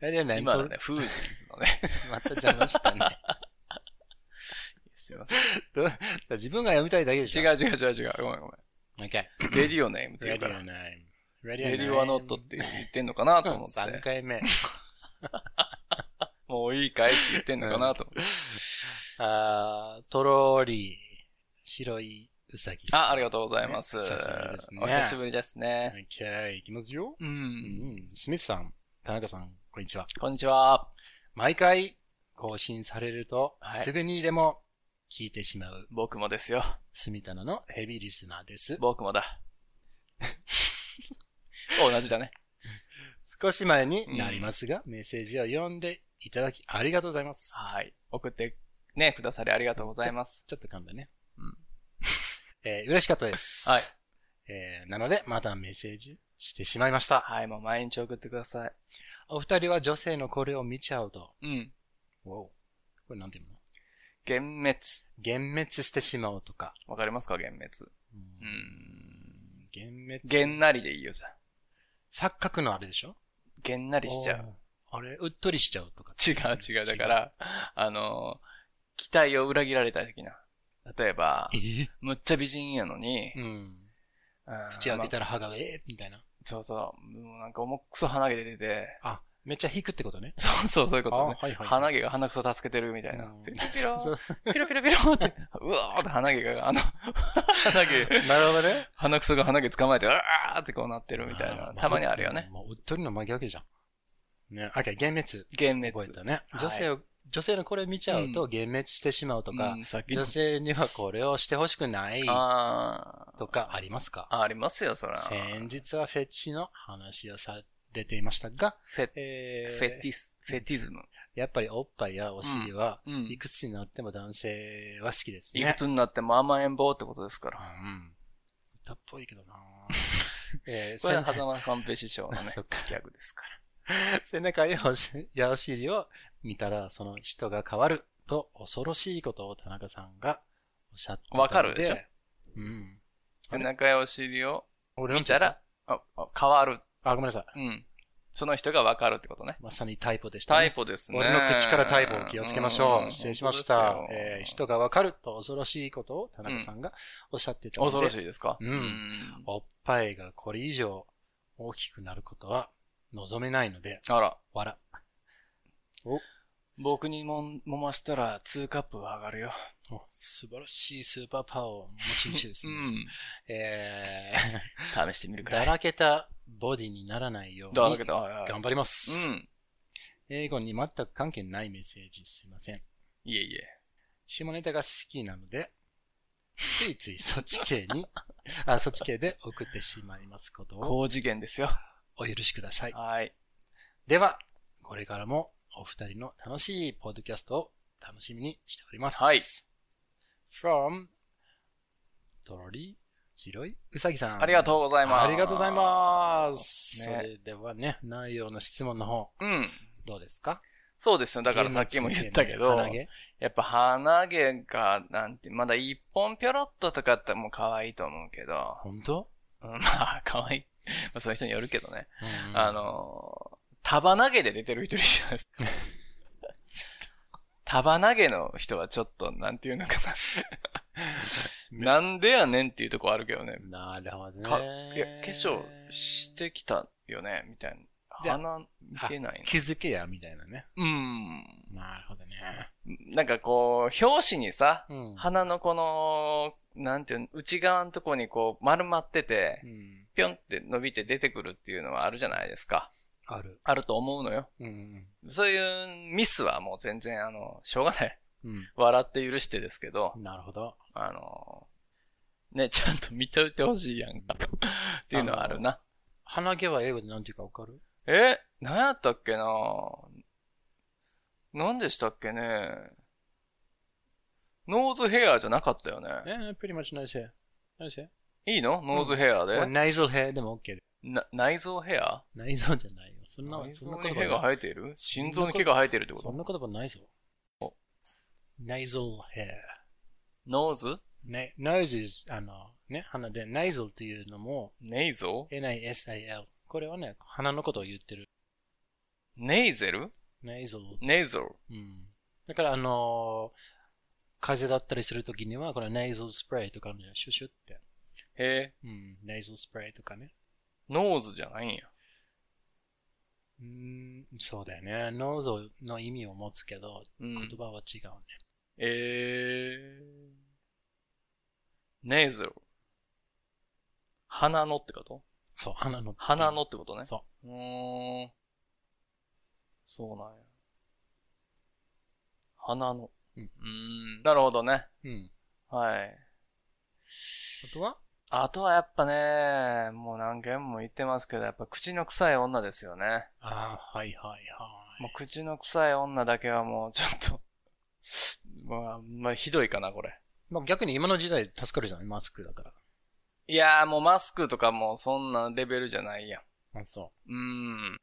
S2: Radio name,
S1: 今
S2: と
S1: の
S2: ろ
S1: ね、フージーズのね。
S2: また邪魔した ね。
S1: すいません。
S2: ど自分が読みたいだけでしょ。
S1: 違う違う違う違う。ごめんごめ
S2: Okay.
S1: ん。レディオネームって言うか
S2: Radio
S1: ら。
S2: name.
S1: レディオはノットって言ってんのかなと思っ
S2: 3
S1: て。
S2: 回目。
S1: もういいかいって言ってんのかなと思って。
S2: あーとろり、白いウサギ。
S1: あ、ありがとうございます。
S2: ね久しぶりですね
S1: お久しぶりですね。
S2: OK、いきますよ。
S1: う。
S2: うんん、スミスさん、田中さん、こんにちは。
S1: こんにちは。
S2: 毎回更新されると、
S1: はい
S2: すぐにでも聞いてしまう、
S1: 僕もですよ。
S2: スミタナのヘビーリスナーです。
S1: 僕 もだ。同じだね。
S2: 少し前になりますが、メッセージを読んでいただきありがとうございます。
S1: はい。送ってね、くださりありがとうございます。
S2: ちょっと噛んだね。
S1: うん
S2: えー嬉しかったです。
S1: はい。
S2: えーなので、またメッセージしてしまいました。
S1: はい、もう毎日送ってください。
S2: お二人は女性のこれを見ちゃうと、
S1: うん。
S2: Wow これなんていうの
S1: 幻滅。
S2: 幻滅してしまうとか。
S1: わかりますか幻滅。
S2: う
S1: うんん。
S2: 幻
S1: げ
S2: 滅。
S1: んなりでいいよ、じゃあ。
S2: 錯覚のあれでしょ
S1: げんなりしちゃう。
S2: おーあれ、うっとりしちゃうとか。
S1: 違う違う。だか。ら、あのー、期待を裏切られた的な。例えば、
S2: えー
S1: むっちゃ美人やのに、
S2: うん。
S1: うん
S2: 口開け
S1: まあ
S2: たら歯が、えーみたいな。
S1: そうそう。もうなんか重くそ鼻毛出てて、
S2: あ、めっちゃ引くってことね。
S1: そうそう、そういうことね。
S2: あはいはい
S1: 鼻毛が鼻くそ助けてるみたいな。
S2: うん
S1: ピロピロ
S2: そう
S1: ピロピロピロって、 うわーって鼻毛が、あの、鼻毛、
S2: なるほどね。
S1: 鼻くそが鼻毛捕まえて、うわーってこうなってるみたいな。たまにあるよね。
S2: もううっとりの真逆じゃん。ね、あ、け、幻滅。
S1: 幻滅。
S2: 覚えたね。
S1: はい
S2: 女性を、女性のこれ見ちゃうと幻滅してしまうとか、
S1: うん、さっき
S2: 女性にはこれをしてほしくない
S1: あー
S2: とかありますか
S1: ありますよ、そら。
S2: 先日はフェチの話をされていましたが、
S1: フェ
S2: えー
S1: フェティス、フェティズム。
S2: やっぱりおっぱいやお尻は、
S1: うん。
S2: いくつになっても男性は好きです
S1: いく
S2: ね。
S1: つになっても甘えん坊ってことですから。
S2: うん。歌っぽいけ どなえー
S1: これは
S2: 背
S1: 狭間寛平師匠のね
S2: そっか、
S1: ギャグですか
S2: 背中やおしやお尻を見たらその人が変わると恐ろしいことを田中さんがおっしゃってたの
S1: わかるでしょ
S2: うん。
S1: ら。背中やお尻を
S2: 俺
S1: 見たら、あ、あ変わる。
S2: あ、ごめんなさい。
S1: うん。その人がわかるってことね。
S2: まさにタイプでした、
S1: タイ
S2: ね。
S1: プですね。
S2: 俺の口からタイプを気をつけましょ
S1: ん
S2: う。失礼しました
S1: 本。当ですよ
S2: えー人がわかると恐ろしいことを田中さんがおっしゃっていたので、
S1: 恐ろしいですか
S2: うんおっぱいがこれ以上大きくなることは望めないので、
S1: あら、
S2: わら。
S1: 僕にもん、揉ましたら2カップは上がるよ。
S2: お素晴らしいスーパーパワーを持ち主です
S1: う
S2: ね。
S1: ん。
S2: え
S1: 試してみる
S2: ー、
S1: か
S2: だ
S1: い。
S2: らけたボディにならないよう
S1: だらけ
S2: に
S1: た。はいはい
S2: 頑張ります。
S1: うん。
S2: 英語に全く関係ないメッセージすいません。
S1: いえいえ。
S2: 下ネタが好きなので、ついついそっち系に、 あ、そっち系で送ってしまいますことを
S1: 高次元ですよ。
S2: お許しください。
S1: はい。
S2: では、これからもお二人の楽しいポッドキャストを楽しみにしております。
S1: はい。
S2: from とろり白いうさぎさん。
S1: ありがとうございます。
S2: ありがとうございます。
S1: ね
S2: それではね、内容の質問の方、
S1: うん。
S2: どうですか
S1: そうですよ。だからさっきも言ったけど、
S2: 鼻毛
S1: やっぱ鼻毛が、なんて、まだ一本ぴょろっととかってもう可愛いと思うけど、
S2: 本当、
S1: うんまあ、可愛い。まあ、そういう人によるけどね。
S2: うん
S1: あ、のー、束投げで出てる人いるじゃないですか。 束投げの人はちょっと、なんていう のかな。なんでやねんっていうとこあるけどね。
S2: なるほど
S1: か
S2: ね。
S1: いや、化粧してきたよね、みたい
S2: じゃ
S1: な。
S2: あ
S1: 鼻見てない
S2: 気づけや、みたいなね。
S1: のうん。
S2: なるほどね。
S1: なんかこう、表紙にさ、
S2: うん。
S1: 鼻のこの、なんていうの、内側のとこにこう丸まってて
S2: う、ん。
S1: ぴょんって伸びて出てくるっていうのはあるじゃないですか。
S2: ある。
S1: あると思うのよ。
S2: うん。
S1: そういうミスはもう全然あの、しょうがない。
S2: う
S1: 笑って許してですけど、
S2: ん。なるほど。
S1: あの、ね、ちゃんと見ておいてほしいやんか。っていうのはあるな。
S2: 鼻毛は英語で何ていうかわかる
S1: え、何やったっけな何でしたっけねノーズヘアじゃなかったよね。
S2: え、pretty much nice hair. Nice hair.
S1: いいのノーズヘアで、
S2: nasal hair でも OK で。
S1: な内臓ヘア
S2: 内臓じゃないよ。そんな、
S1: 内
S2: そ
S1: 臓
S2: んな
S1: に
S2: 言
S1: 毛が
S2: 葉ない
S1: 生えている心臓に毛が生えているってこ
S2: そん
S1: と
S2: な言葉ないぞ。nasal hair.
S1: ノーズ
S2: ね、nose is, あの、ね、鼻で、nasal っていうのも、
S1: ネイゾ
S2: n-i-s-a-l。これはね、鼻のことを言ってる。
S1: ネイゼル
S2: nasal
S1: ネイゾル
S2: うんだから、あのー風邪だったりするときには、このネイゾルスプレイとかあるじゃんシュシュって。
S1: へえ、
S2: うん、ネイゾルスプレイとかね。
S1: ノーズじゃないんや。
S2: うん、そうだよね。ノーズの意味を持つけど、
S1: う
S2: 言
S1: ん。
S2: 葉は違うね。
S1: えー、ネイゼル。鼻のってこと
S2: そう、鼻の。
S1: 鼻のってことね。
S2: そう
S1: ーん。そうなんや。鼻の。
S2: うん
S1: ん。なるほどね。
S2: う。うん。
S1: はい。
S2: あとは
S1: あとはやっぱね、もう何件も言ってますけど、やっぱ口の臭い女ですよね。
S2: ああ、はいはいはい。
S1: もう口の臭い女だけはもうちょっと 、まあ、まあ、ひどいかな、これ。
S2: まあ、逆に今の時代助かるじゃないマスクだから。
S1: いやーもうマスクとかもそんなレベルじゃないやん。
S2: あ、そう
S1: ーん。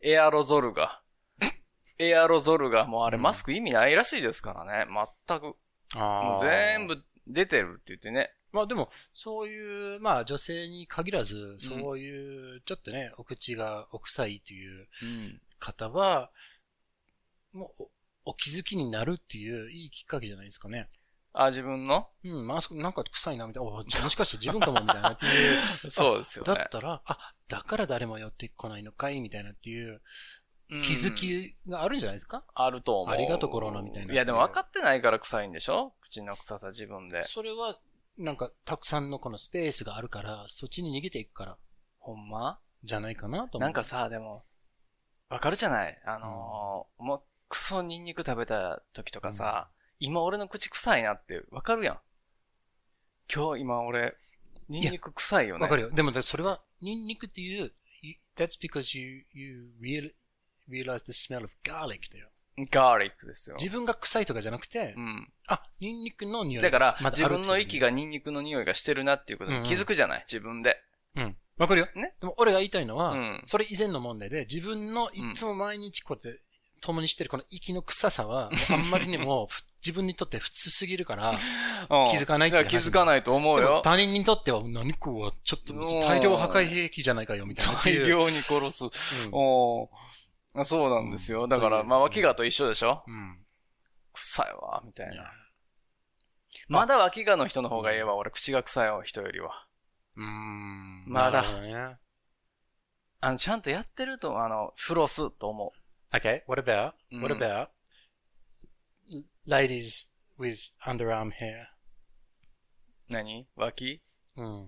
S1: エアロゾルが。エアロゾルが、もうあれ
S2: うん
S1: マスク意味ないらしいですからね。全く。
S2: う。あ
S1: も
S2: あ。
S1: う全。部出てるって言ってね。
S2: まあでも、そういう、まあ女性に限らず、そういう、ちょっとね、お口がお臭いという方は、もうお、お気づきになるっていう、いいきっかけじゃないですかね。
S1: あ、自分の
S2: うん、マスクなんか臭いな、みたいな。あもしかして自分かも、みたいなってい う。
S1: そうですよ
S2: だ
S1: ね。
S2: ったら、あ、だから誰も寄ってこないのかい、みたいなっていう
S1: うん
S2: 気づきがあるんじゃないですか、
S1: あると思う。
S2: ありがとうコロナみたいない
S1: や、でも分かってないから臭いんでしょ口の臭さ自分で。
S2: それは、なんか、たくさんのこのスペースがあるから、そっちに逃げていくから、
S1: ほんま
S2: じゃないかなと思う。
S1: なんかさ、でも、わかるじゃないあのーもう、クソニンニク食べた時とかさ、今俺の口臭いなってわかるやん。今日今俺、ニンニク臭いよね。
S2: わかるよ。でも、だそれは、ニンニクっていう、you- that's because you, you real, realize the smell of garlic だよ。
S1: ガーリックですよ。
S2: 自分が臭いとかじゃなくて、
S1: うん。
S2: あ、ニンニクの匂い。
S1: だから、
S2: まずあ
S1: 自
S2: る
S1: 分の息
S2: が。
S1: がニンニクの匂いがしてるなっていうことに気づくじゃない、自分で。
S2: うん。わかるよ。
S1: ね
S2: でも、俺が言いたいのは、
S1: うん
S2: それ以前の問題で、自分のい
S1: うん
S2: つも毎日こうやって、共にしてるこの息の臭さは、もうあんまりにも、ふ自分にとって普通すぎるから、
S1: うん
S2: 気づかないって
S1: だら気づかないと思う
S2: でも
S1: よ。
S2: 他人にとっては、何こはちょっと大量破壊兵器じゃないかよ、みたいなって
S1: 大
S2: いう。
S1: 量に殺す。
S2: うん
S1: おあそうなんですよ。だから、
S2: うん
S1: まあ、脇がと一緒でしょ
S2: うん。
S1: 臭いわ、みたい
S2: いや
S1: な。まだ脇がの人の方がええわ、俺、口が臭いわ、人よりは。
S2: うーん。
S1: まだ
S2: なるほどね。
S1: あの、ちゃんとやってると、あの、フロスと思
S2: Okay, what about?
S1: Mm.
S2: What about ladies with underarm hair?
S1: う。何脇
S2: Mm.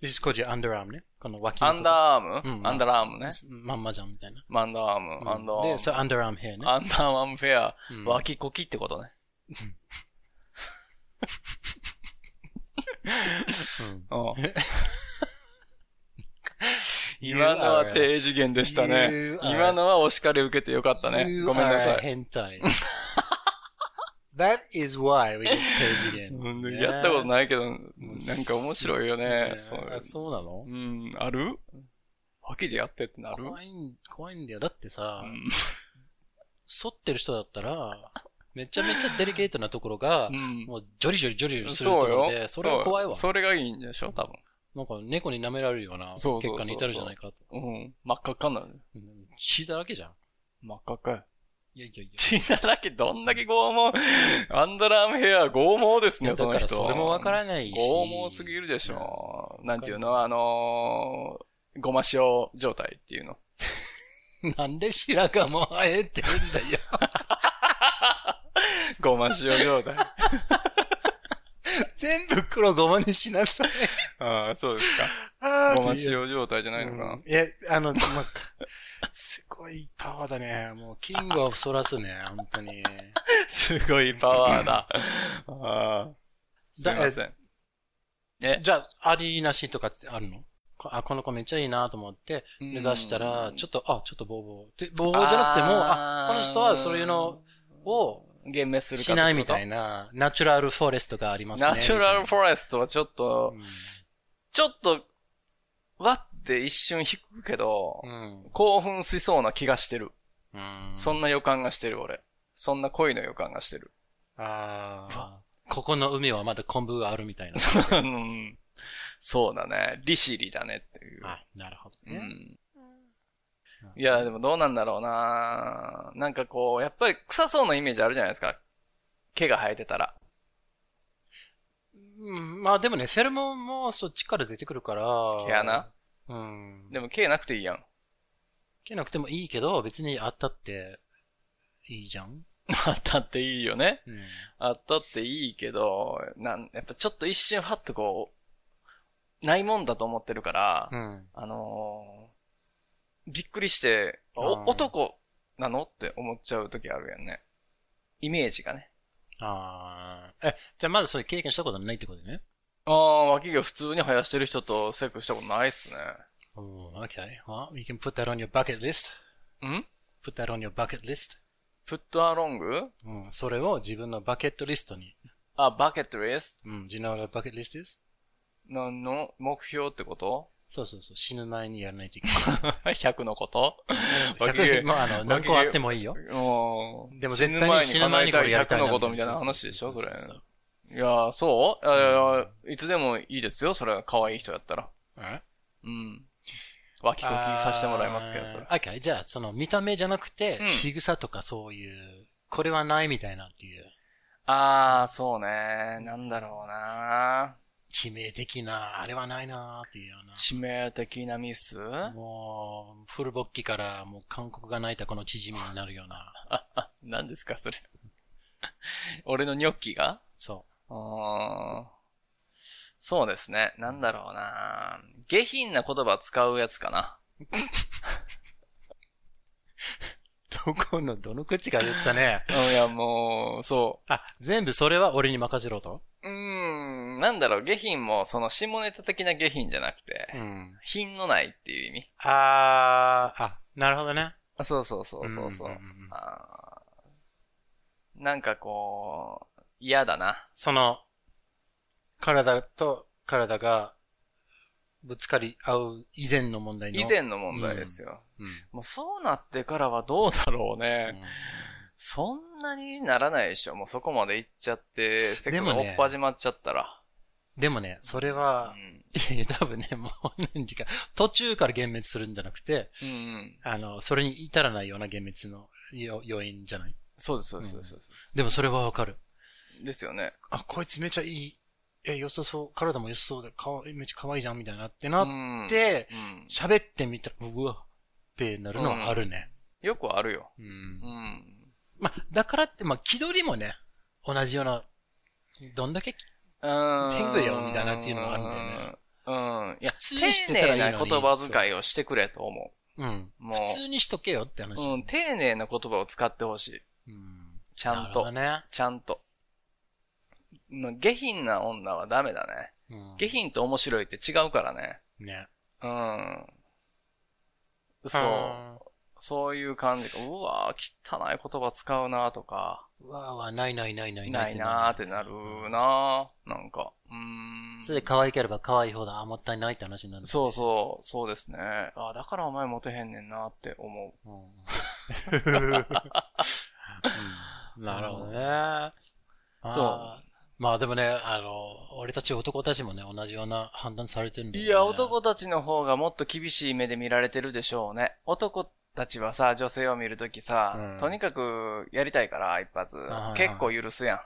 S2: This is called your underarm ね。この脇の
S1: ア
S2: と
S1: ン
S2: こ
S1: ダーアー
S2: う
S1: ム
S2: ん
S1: アンダーアームね。
S2: まんまじゃんみたいな。
S1: アンダーアーム、アンダーア
S2: で、
S1: ー
S2: そう、underarm
S1: ム。
S2: hair ね。
S1: アンダーアームフェア、
S2: うん
S1: 脇こきってことね。
S2: う
S1: う
S2: ん
S1: ん 今のは低次元でしたね
S2: You。are-
S1: 今のはお叱り受けてよかったね。
S2: You
S1: ごめんなさ
S2: are
S1: い。
S2: a hentai. That is why we get page again.
S1: うん
S2: ね
S1: やったことないけど、なんか面白いよね。
S2: ね
S1: そう
S2: あそうな
S1: う
S2: の
S1: ん、ある脇でやってってなる
S2: 怖いん、怖いんだよ。だってさ
S1: う、ん
S2: 反ってる人だったら、めちゃめちゃデリケートなところが、
S1: うん
S2: もうジョリジョリジョリジョリするとこ
S1: そう
S2: ろ
S1: よ
S2: で、。それは怖いわ
S1: そう。それがいいんでしょ多分。
S2: なんか猫に舐められるような結
S1: そうそうそうそう
S2: 果に至るじゃないかと。
S1: うん。真っ赤っかなのよ
S2: うん血だらけじゃん。
S1: 真っ赤っかや。
S2: いやいやい や。
S1: 血だらけ、どんだけ拷問。アンダーラームヘア、剛毛ですね、
S2: だ
S1: そ
S2: か
S1: の
S2: ら
S1: 人。
S2: それもわからないし。
S1: 剛毛すぎるでしょ。なんていうのあのー、ごま塩状態っていうの。
S2: なんで白髪も生えてるんだ よ。
S1: ごま塩状態。
S2: 全部黒ごまにしなさい。
S1: ああ、そう です
S2: あ
S1: か。
S2: ー
S1: ごま塩状態じゃないのか
S2: うんいや、あの、まあ、 すごいパワーだね。もう、キングオブそらすね、本当に。
S1: な。すごいパワーだ。ああ。すいません。え
S2: じゃあ、ありなしとかってあるのこあ、この子めっちゃいいなと思って、
S1: うん
S2: 脱がしたら、ちょっと、あ、ちょっとボーボー。で、ボーボーじゃなくても、あ、この人はそういうのを
S1: 幻滅するか
S2: しないみたい
S1: な。
S2: な、ナチュラルフォレストがありますね。
S1: ナチュラルフ
S2: ォ
S1: ォレストはちょっと、
S2: レス
S1: ちょっと、わって一瞬引くけど
S2: ト。う、ん。
S1: 興奮しそうな気がしてる。
S2: うん。
S1: そんな予感がしてる、俺。そんな恋の予感が してる。
S2: ああ。ここの海はまだ昆布がある みたいな。
S1: うんそうだね。利尻だねっていう。
S2: あ、なるほど
S1: う
S2: ね。
S1: んいや、でもどうなんだろうななんかこう、やっぱり臭そうなイメージあるじゃないですか。毛が生えてたら。
S2: うんまあでもね、フェルモンもそっちから出てくるから。
S1: 毛穴
S2: うん。
S1: でも毛なくていいやん。
S2: 毛なくてもいいけど、別にあったって、いいじゃん。
S1: あったっていいよね。
S2: うん。
S1: あったっていいけど、なん、やっぱちょっと一瞬はっとこう、ないもんだと思ってるから、
S2: うん。
S1: あのーびっくりして、
S2: あー
S1: お、男なのって思っちゃう時あるやんね。イメージがね。
S2: ああ。え、じゃあまだそういう経験したことないってことね。
S1: ああ、脇毛普通に生やしてる人とセックスしたことないっす
S2: うん、okay. Well, you can put that on your bucket list.
S1: ね。ん
S2: Put that on your bucket list.
S1: プットアロング
S2: うん、それを自分のバケットリストに。
S1: あ、バケットレース
S2: うん、do you know what a bucket list is?
S1: 何の目標ってこと
S2: そうそうそう、死ぬ前にやらないといけない。
S1: ?100 のこと
S2: 100
S1: 脇毛
S2: まあ、あの、何個あってもいいよ。
S1: うん。
S2: でも
S1: 死
S2: 絶
S1: ぬ
S2: 対に
S1: 前に
S2: 死ぬ
S1: 叶え
S2: 前にこ
S1: た
S2: れ
S1: い
S2: やりたい
S1: 100
S2: な
S1: のことみたいな話でしょ、
S2: そ
S1: そうれ
S2: う。うう
S1: いやー、そういやいやいつでもいいですよ、それは可愛い人だったら。
S2: え
S1: うん。脇こきさせてもらいますけど、それ。
S2: あー OK じゃあ、その見た目じゃなくて
S1: う、ん
S2: 仕草とかそういう、これはないみたいなっていう、
S1: あー、そうね。なんだろうな。
S2: 致命的な、あれはないなーっていうよう
S1: 致命的なミス
S2: な。もう、フル勃起から、もう韓国が泣いたこの縮みになるような。
S1: 何ですか、それ。 俺のニョッキが
S2: そう
S1: ーん。そうですね。なんだろうな。下品な言葉使うやつかな。
S2: う。どこの、どの口が言ったね。
S1: うんいや、もう、そ
S2: あ、全部それは俺に任せろと。
S1: う。うーん、なんだろう、下品も、その、下ネタ的な下品じゃなくて、
S2: ん。
S1: 品のないっていう意味。
S2: あー、あ、なるほどね。
S1: あそうそうそうそうそう。
S2: んんん
S1: あーなんかこう、嫌だな。
S2: その、体と体がぶつかり合う以前の問題の。
S1: 以前の問題ですよ。
S2: うん。
S1: もうそうなってからはどうだろうね。
S2: うん
S1: そんなにならないでしょ。もうそこまで行っちゃって、せっか
S2: でも
S1: くお
S2: ね
S1: っ始まっちゃったら。
S2: でもね、それは、いやいや、多分ね、もう何時か、途中から幻滅するんじゃなくて、
S1: うん。うんうん。
S2: あの、それに至らないような幻滅の要要因じゃない
S1: そうです、そうです、そうですそうです。
S2: でもそれはわかる。
S1: ですよね。
S2: あ、こいつめちゃいい、え、良さそう、体も良さそうで、かわめっちゃ可愛いじゃん、みたいなって
S1: う
S2: なっ
S1: ん。
S2: て、
S1: うん
S2: 喋ってみたら、うわ、ってなるのはあるね。
S1: よくあるよ。
S2: うん
S1: うん。
S2: まあ、だからって、まあ、気取りもね、同じような、どんだけ、
S1: 天
S2: 天狗よみたいなっていうのがあるんだよね。
S1: うん。いや、
S2: 普
S1: 丁
S2: 通にしてたらい
S1: 寧
S2: いの
S1: な
S2: に
S1: 言葉遣いをしてくれと思
S2: うん。
S1: う。もう。
S2: 普通にしとけよって話。
S1: うん、丁寧な言葉を使ってほしい。
S2: うん
S1: ちゃん
S2: な
S1: と。
S2: る
S1: ちゃんと。まあ下品な女はダメだね。
S2: ほどね。うん
S1: 下品と面白いって違うからね。
S2: ね。
S1: うん。そう。そういう感じか。うわぁ、汚い言葉使うなとか、
S2: うん。わーわー、ないないないない
S1: ないなーってなるなぁ。なんか、うーん。
S2: それで可愛ければ可愛いほど、あ、もったいないって話になるんだ。
S1: そうそう、そうですね。あだからお前モテへんねんなって思う。
S2: うん。うんなるほどね。。
S1: そう
S2: まあでもね、あの、俺たち男たちもね、同じような判断されてるんだよ
S1: い
S2: ね
S1: や、男たちの方がもっと厳しい目で見られてるでしょうね。男たちはさ、女性を見るときさ、
S2: うん
S1: とにかくやりたいから、一発
S2: あ。ー
S1: 結構許すや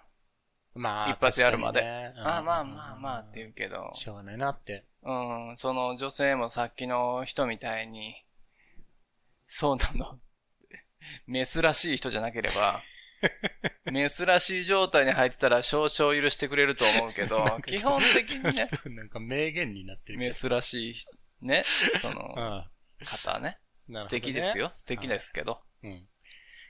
S1: ん。
S2: まあ、
S1: 一発やるまで
S2: 確かにね
S1: あーまあまあまあって言うけど、
S2: しょうがないなって。
S1: うん、その女性もさっきの人みたいに、そうなの。珍しい人じゃなければ、珍しい状態に入ってたら少々許してくれると思うけど、基本的にね、
S2: なんか名言になってるけど。
S1: 珍しい人、ね、その
S2: うんなる
S1: 方ね。
S2: ほどね
S1: 素敵です。よ。素敵ですけど。
S2: うん。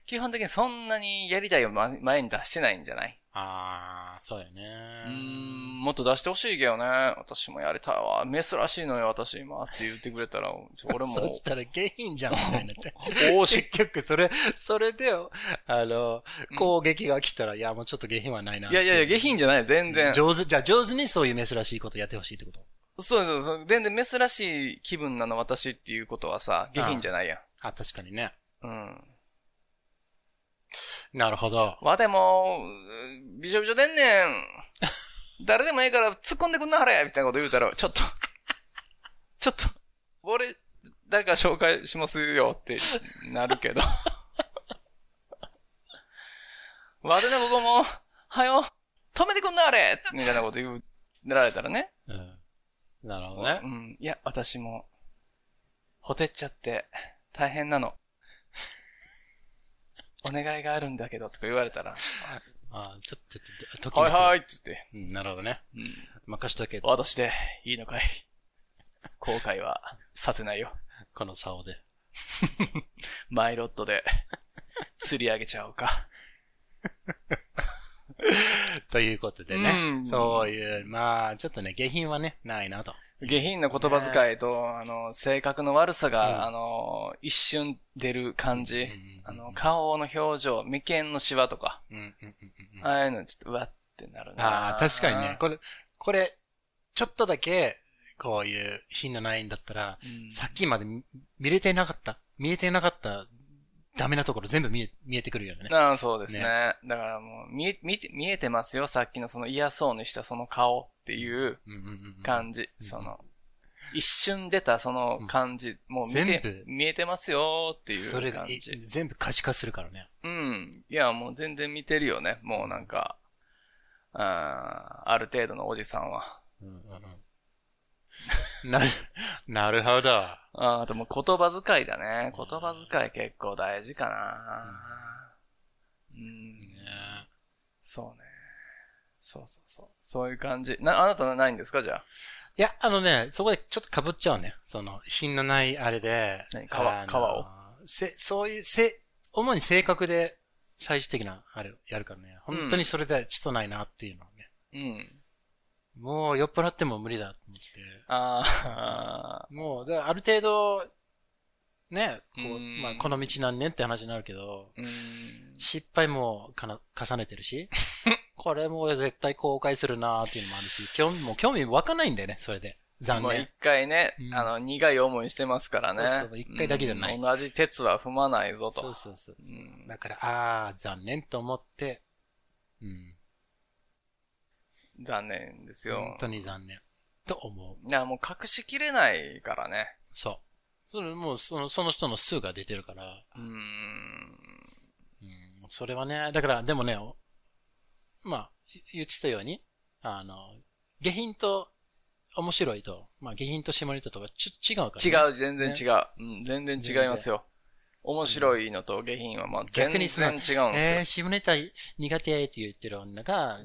S1: 基本的にそんなにやりたいをま前に出してないんじゃない
S2: ああ、そうや
S1: う
S2: ね
S1: ー。ん、もっと出してほしいけどね。私もやりたいわ。珍しいのよ、私今。って言ってくれたら、ちょ俺も
S2: そ、したら下品じゃん、みたいに なって。
S1: おーし、
S2: 結局、それ、それで、あの
S1: うん、
S2: 攻撃が来たら、いや、もうちょっと下品はないな。
S1: いやいやいや、下品じゃない、全然。そう
S2: 上手、じゃあ上手にそういう珍しいことやってほしいってこと
S1: そうそう、全然珍しい気分なの私っていうことはさ、下品じゃないやん。
S2: あ、確かにね。
S1: うん。
S2: なるほど。
S1: わてもう、びしょびしょでんねん。誰でもええから突っ込んでくんなはれみたいなこと言うたら、ちょっと、ちょっと、俺、誰か紹介しますよってなるけど。 わてのここも、はよ、止めてくんなはれみたいなこと言う、られたらね。
S2: うん。なるほどね
S1: う。ん。いや、私も、ほてっちゃって、大変なの。お願いがあるんだけど、とか言われたら、
S2: あーちょっと、ちょっと、時。
S1: はいはいいっつって。
S2: うんなるほどね。
S1: うん。
S2: 任しとけ、こ
S1: 私でいいのかい後悔はさせ ないよ。
S2: の 竿で。
S1: マイロットで釣り上げちゃおうか。
S2: ということで
S1: う
S2: ね
S1: ん。
S2: そういう、まあ、ちょっとね、下品はね、ないなと。
S1: 下品な言葉遣いと、あの、性格の悪さが、
S2: うん
S1: あの、一瞬出る感じ。
S2: ん
S1: あの、顔の表情、眉間のシワとか、
S2: うんうんうんうんうん
S1: ああいうのちょっとうわってなるな。
S2: ああ、確かにね。これ、これ、ちょっとだけ、こういう品のないんだったら、
S1: うん
S2: さっきまで見見れてなかった、見えてなかった、ダメなところ全部見え、見えてくるよね。
S1: ああそうですね。
S2: ね
S1: だからもう、見え、見て、見えてますよ。さっきのその嫌そうにしたその顔っていう
S2: うんうんうん。
S1: 感じ。
S2: うん
S1: その、一瞬出たその感じ。もう見て
S2: 全部、
S1: 見えてますよってい
S2: そうれが
S1: 感
S2: え
S1: じ。
S2: 全部可視化するからね。
S1: うん。いや、もう全然見てるよね。もうなんか、ああある程度のおじさんは。
S2: うんうんうん。なる、なるほど。
S1: ああ、でも言葉遣いだね。言葉遣い結構大事かな。うん。そうね。そうそうそう。そういう感じ。な、あなたはないんですかじゃあ。
S2: いや、あのね、そこでちょっと被っちゃうね。その、品のないあれで。
S1: 何皮
S2: あの
S1: 皮を
S2: せ、そういう、せ、主に性格で最終的なあれをやるからね。本当にそれでちょっとないなっていうのはね。
S1: うん。
S2: もう酔っ払っても無理だと思って。
S1: ああ、
S2: もう、だからある程度、ね、
S1: う
S2: こう、
S1: ん
S2: まあ、この道何年って話になるけど、
S1: うん。
S2: 失敗もかな、重ねて るし、これも絶対後悔するなーっていうのもあるし、興味もう興味湧かないんだよね、それで。残
S1: もう
S2: 念
S1: 一。回ね、
S2: うん
S1: あの、苦い思いしてますからね。
S2: そうそう一回だけじゃない
S1: うん同じ鉄は踏まないぞと。
S2: そうそうそうそう
S1: うん
S2: だから、ああ、残念と思って、うん。
S1: 残念ですよ
S2: 本。当に残念。と思う。
S1: いや、もう隠しきれないからね。
S2: そう。それもう、その、その人の数が出てるから、
S1: うん。
S2: うん、それはね、だから、でもね、おまあ、言ってたように、あの、下品と面白いと、まあ、下品と下ネタとかちょ違うから、
S1: 違
S2: ね。
S1: う、全然違う。うん、全然違いますよ。面白いのと下品は、まあ、全
S2: 逆
S1: 然違うん
S2: に
S1: です
S2: その
S1: よ。
S2: えー、下ネタ苦手って言ってる女が、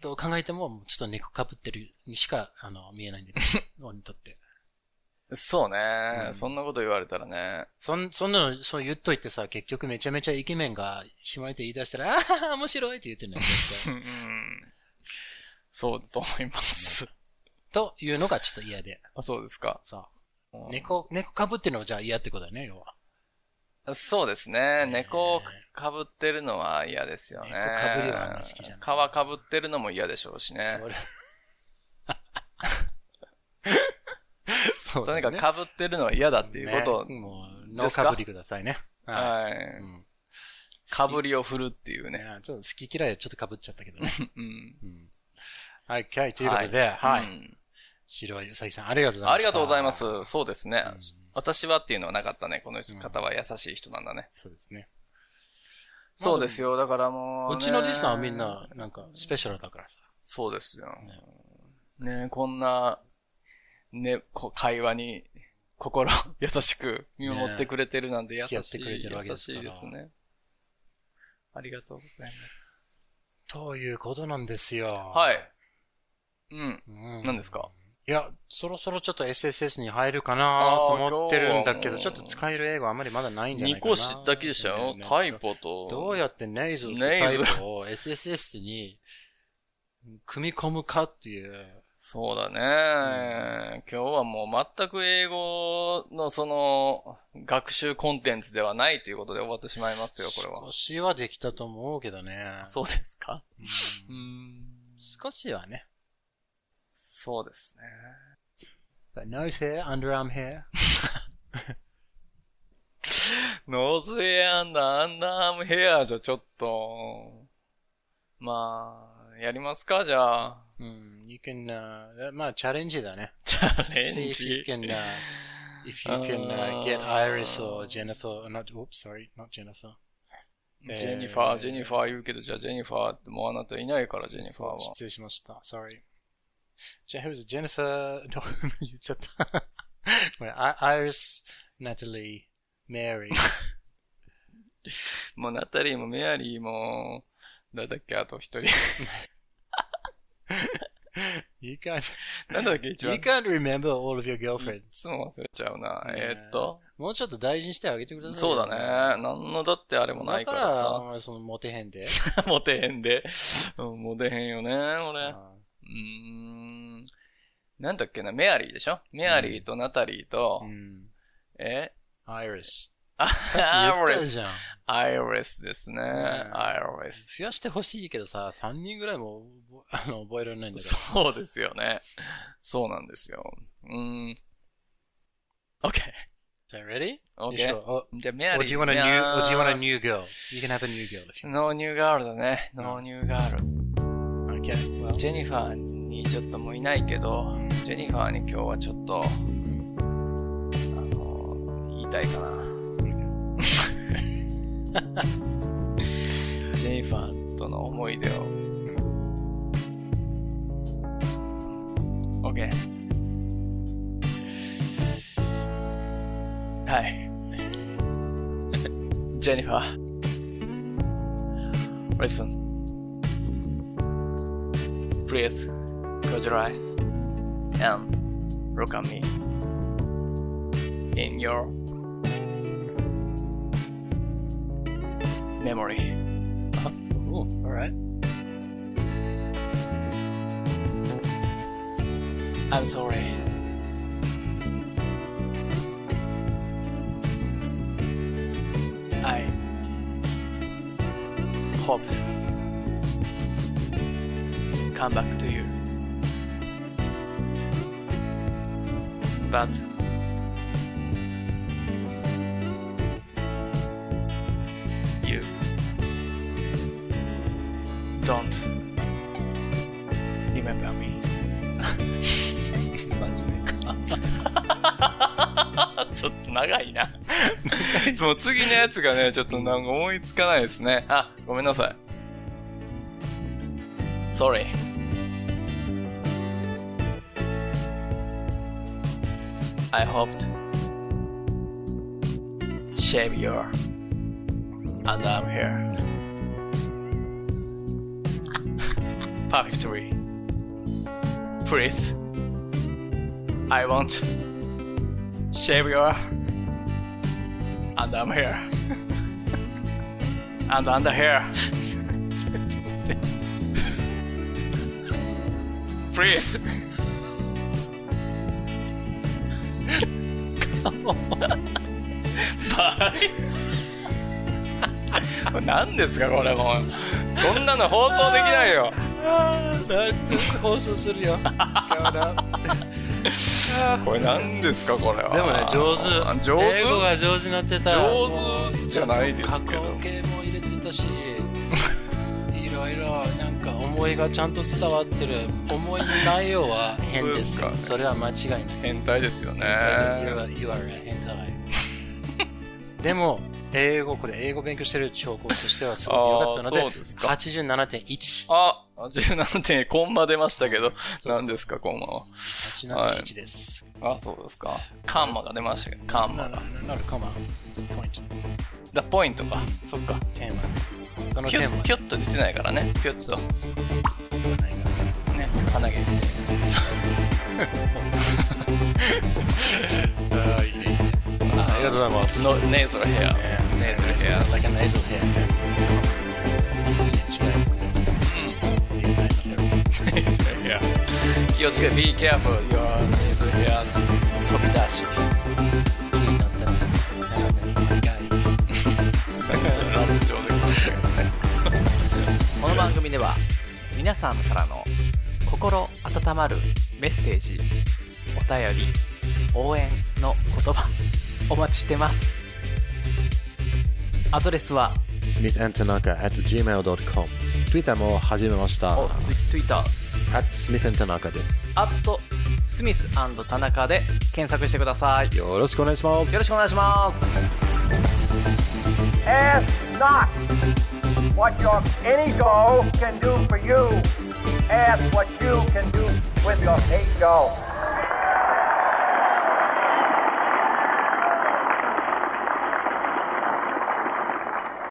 S2: どう考えても、もうちょっと猫かぶってるにしか、あの、見えな いんで、ね、俺にとって。
S1: そうね、
S2: うん
S1: そんなこと言われたらね。
S2: そん、そんなの、そう言っといてさ、結局めちゃめちゃイケメンが下ネタ言い出したら、あはは面白いって言ってんのよ、絶
S1: う ん。
S2: 対
S1: そうだと思います。
S2: というのがちょっと嫌で。
S1: あそうですか。
S2: そ
S1: うん
S2: う。猫、猫かぶってるのはじゃあ嫌ってことだよね、要は。
S1: そうですね。
S2: ね
S1: 猫をかぶってるのは嫌ですよね。
S2: 猫被りはあんま好きじゃない
S1: 皮かぶってるのも嫌でしょうしね。
S2: それそう
S1: と
S2: だ
S1: に
S2: ね。
S1: かくかぶってるのは嫌だっていうことを、
S2: ねもう、
S1: で
S2: ノー
S1: すか
S2: かぶりくださいね。は。
S1: はいい。
S2: うん
S1: かぶりを振るっていうね。
S2: ねちょっと好き嫌いはちょっとかぶっちゃったけ どね。
S1: うん。
S2: うん。はい、はい、ということで、は
S1: う
S2: い。
S1: ん
S2: 白いウサギさん、ありがとうございます。
S1: ありがとうございま。す。そうですね
S2: うん。
S1: 私はっていうのはなかったね。この方は優しい人なんだね。
S2: そうですね。
S1: そうですよ。だからもう。
S2: うちのリスナーはみん。な、なんか、スペシャルだからさ。
S1: そうですよ。ねこんな、ね、こ会話に心 優しく見守ってくれてるなんて優
S2: ね
S1: しい、
S2: 付き合ってくれてるわけですから
S1: 優しいですね。ありがとうございます。
S2: ということなんですよ。。
S1: はいい。うん。
S2: うん。
S1: 何ですか
S2: いや、そろそろちょっと SSS に入るかなと思ってるんだけ
S1: あー今
S2: ど、
S1: 日
S2: ちょっと使える英語あんまりまだないんじゃない
S1: 二
S2: かな。
S1: 個知ったきでしたよ。
S2: ね
S1: タイポと。
S2: どうやってネイズルと
S1: ネ
S2: タ
S1: イ
S2: イ
S1: ズ
S2: プを SSS に組み込むかっていう。
S1: そうだね、今日はもう全く英語のその学習コンテンツではないということで終わってしまいますよ、これは
S2: 少。しはできたと思うけどね。
S1: そうですか
S2: うん。
S1: うん。
S2: 少しはね。
S1: そうですね。
S2: nose hair, underarm hair.
S1: ノーズヘアンダーアンダーアームヘアじゃちょっと、まあ、やりますかじゃあ。
S2: うん。You can, uh, まあ、チャレンジだね。
S1: チャレ
S2: See
S1: ン
S2: if you
S1: ジ。
S2: can, uh, if you can uh, get
S1: Uh,
S2: Iris or Jennifer, or not, oops, sorry, not Jennifer. えー
S1: ジェニファー、ジェニファー言うけど、じゃあジェニファーってもうあなたいないから、ジェニファーは。
S2: そう失礼しました。sorry. じゃあ、who's Jennifer? どう言っちゃ った。ごめん、I- Iris, Natalie, Mary.
S1: もうナタリーもメアリーも、なんだっけ、あと一人。
S2: you can't,
S1: なんだっけ、一
S2: you
S1: 番。
S2: can't remember all of your
S1: い
S2: girlfriends.
S1: つも忘れちゃうな。え
S2: ね
S1: ーっと、
S2: もうちょっと大事にしてあげてくださいよ。
S1: そうだね。何のだってあれもな
S2: だ
S1: い
S2: か
S1: から
S2: ら、
S1: さ。
S2: お前そのモテへ んで。
S1: モテへんで。うんモテへんよね、俺。う
S2: あ
S1: ーん。なんだっけな、メアリーでしょメアリーとナタリーと
S2: ーう、ん。
S1: え
S2: Iris,
S1: あ
S2: 言った
S1: IRS。
S2: じゃん。
S1: IRS ですね。IRS。
S2: 増やしてほしいけどさ、3人ぐらいも覚えあの覚えられないんだから。
S1: そうですよね。そうなんですよ。うーん。OK。
S2: じゃあ、ready?
S1: OK
S2: よいしょ
S1: じゃあ、メ
S2: お
S1: ア
S2: Or
S1: リー。
S2: do you want a
S1: い
S2: new,
S1: やー
S2: or do you want a new girl? You can have a new girl if you
S1: ノーニューガールだね。ノーニューガール。
S2: want. Okay. Well,
S1: ジェニファーにちょっともういないけど、ジェニファーに今日はちょっと、あの、言いたいかな。ジェニファーとの思い出を。OK。はい。ジェニファー。Listen. Please close your eyes and look at me in your memory.
S2: Ooh, alright.
S1: I'm sorry. I hoped come back to you. But you don't remember me.
S2: 真面目か。
S1: ちょっと長いな。もう次のやつがね、ちょっとなんか思いつかないですね。あ、ごめんなさい。Sorry. I hoped shave your underarm hair perfectly. Please, I want shave your and I'm here. and under here. Please. Bye. 何ですかこれもうこんなの放送できないよ
S2: あー、ちょっと放送するよ。
S1: これ何ですかこれは
S2: でもね、上手。
S1: 上手
S2: 英語が上手になってた。
S1: 上手じゃないですけど
S2: 加工系も入れてたし、 いろいろ、なんか思いがちゃんと伝わってる。思いの内容は変ですよ
S1: そう。ですか
S2: それは間違いない。
S1: 変態ですよね
S2: You are, you are a hentai. でも、英語、これ英語勉強してる証拠としてはすごく良かったので、
S1: あーそうですか
S2: 87.1。
S1: あ、17.1コンマ出ましたけど、
S2: そう
S1: 何ですか、コンマは。
S2: 87.1です。
S1: あ、そうですか。カンマが出ましたけど、カンマが。
S2: なるかも。The point.
S1: だ、ポイントか。そっか。
S2: テーマ。その
S1: ピ
S2: テ
S1: ュ
S2: ーマ
S1: ッ、ピュッと出てないからね。ピュッと。ね、鼻毛。
S2: あーいいね
S1: あ
S2: ありがとうございます
S1: のネイズルヘア。ネイズルヘア。
S2: Like a nasal hair. 違ううん Be nice and everything.
S1: ネイズルヘア。気をつけて、be careful, your ネイズルヘア。飛び出し。
S2: 気になったら斜めに長い
S1: ラブ調で来ましたけどね。
S7: この番組では皆さんからの心温まるメッセージお便り応援の言葉お待ちしてますアドレスは
S8: smithandtanaka at gmail.com ツイッターも始めました
S7: お Twitter
S8: at smithandtanaka です
S7: アットスミス田中で検索してくださいよ
S8: よろしくお願いします
S7: ろしくお願いします
S5: Ask not what your any doll can do for you. Ask what you can do with your eight doll.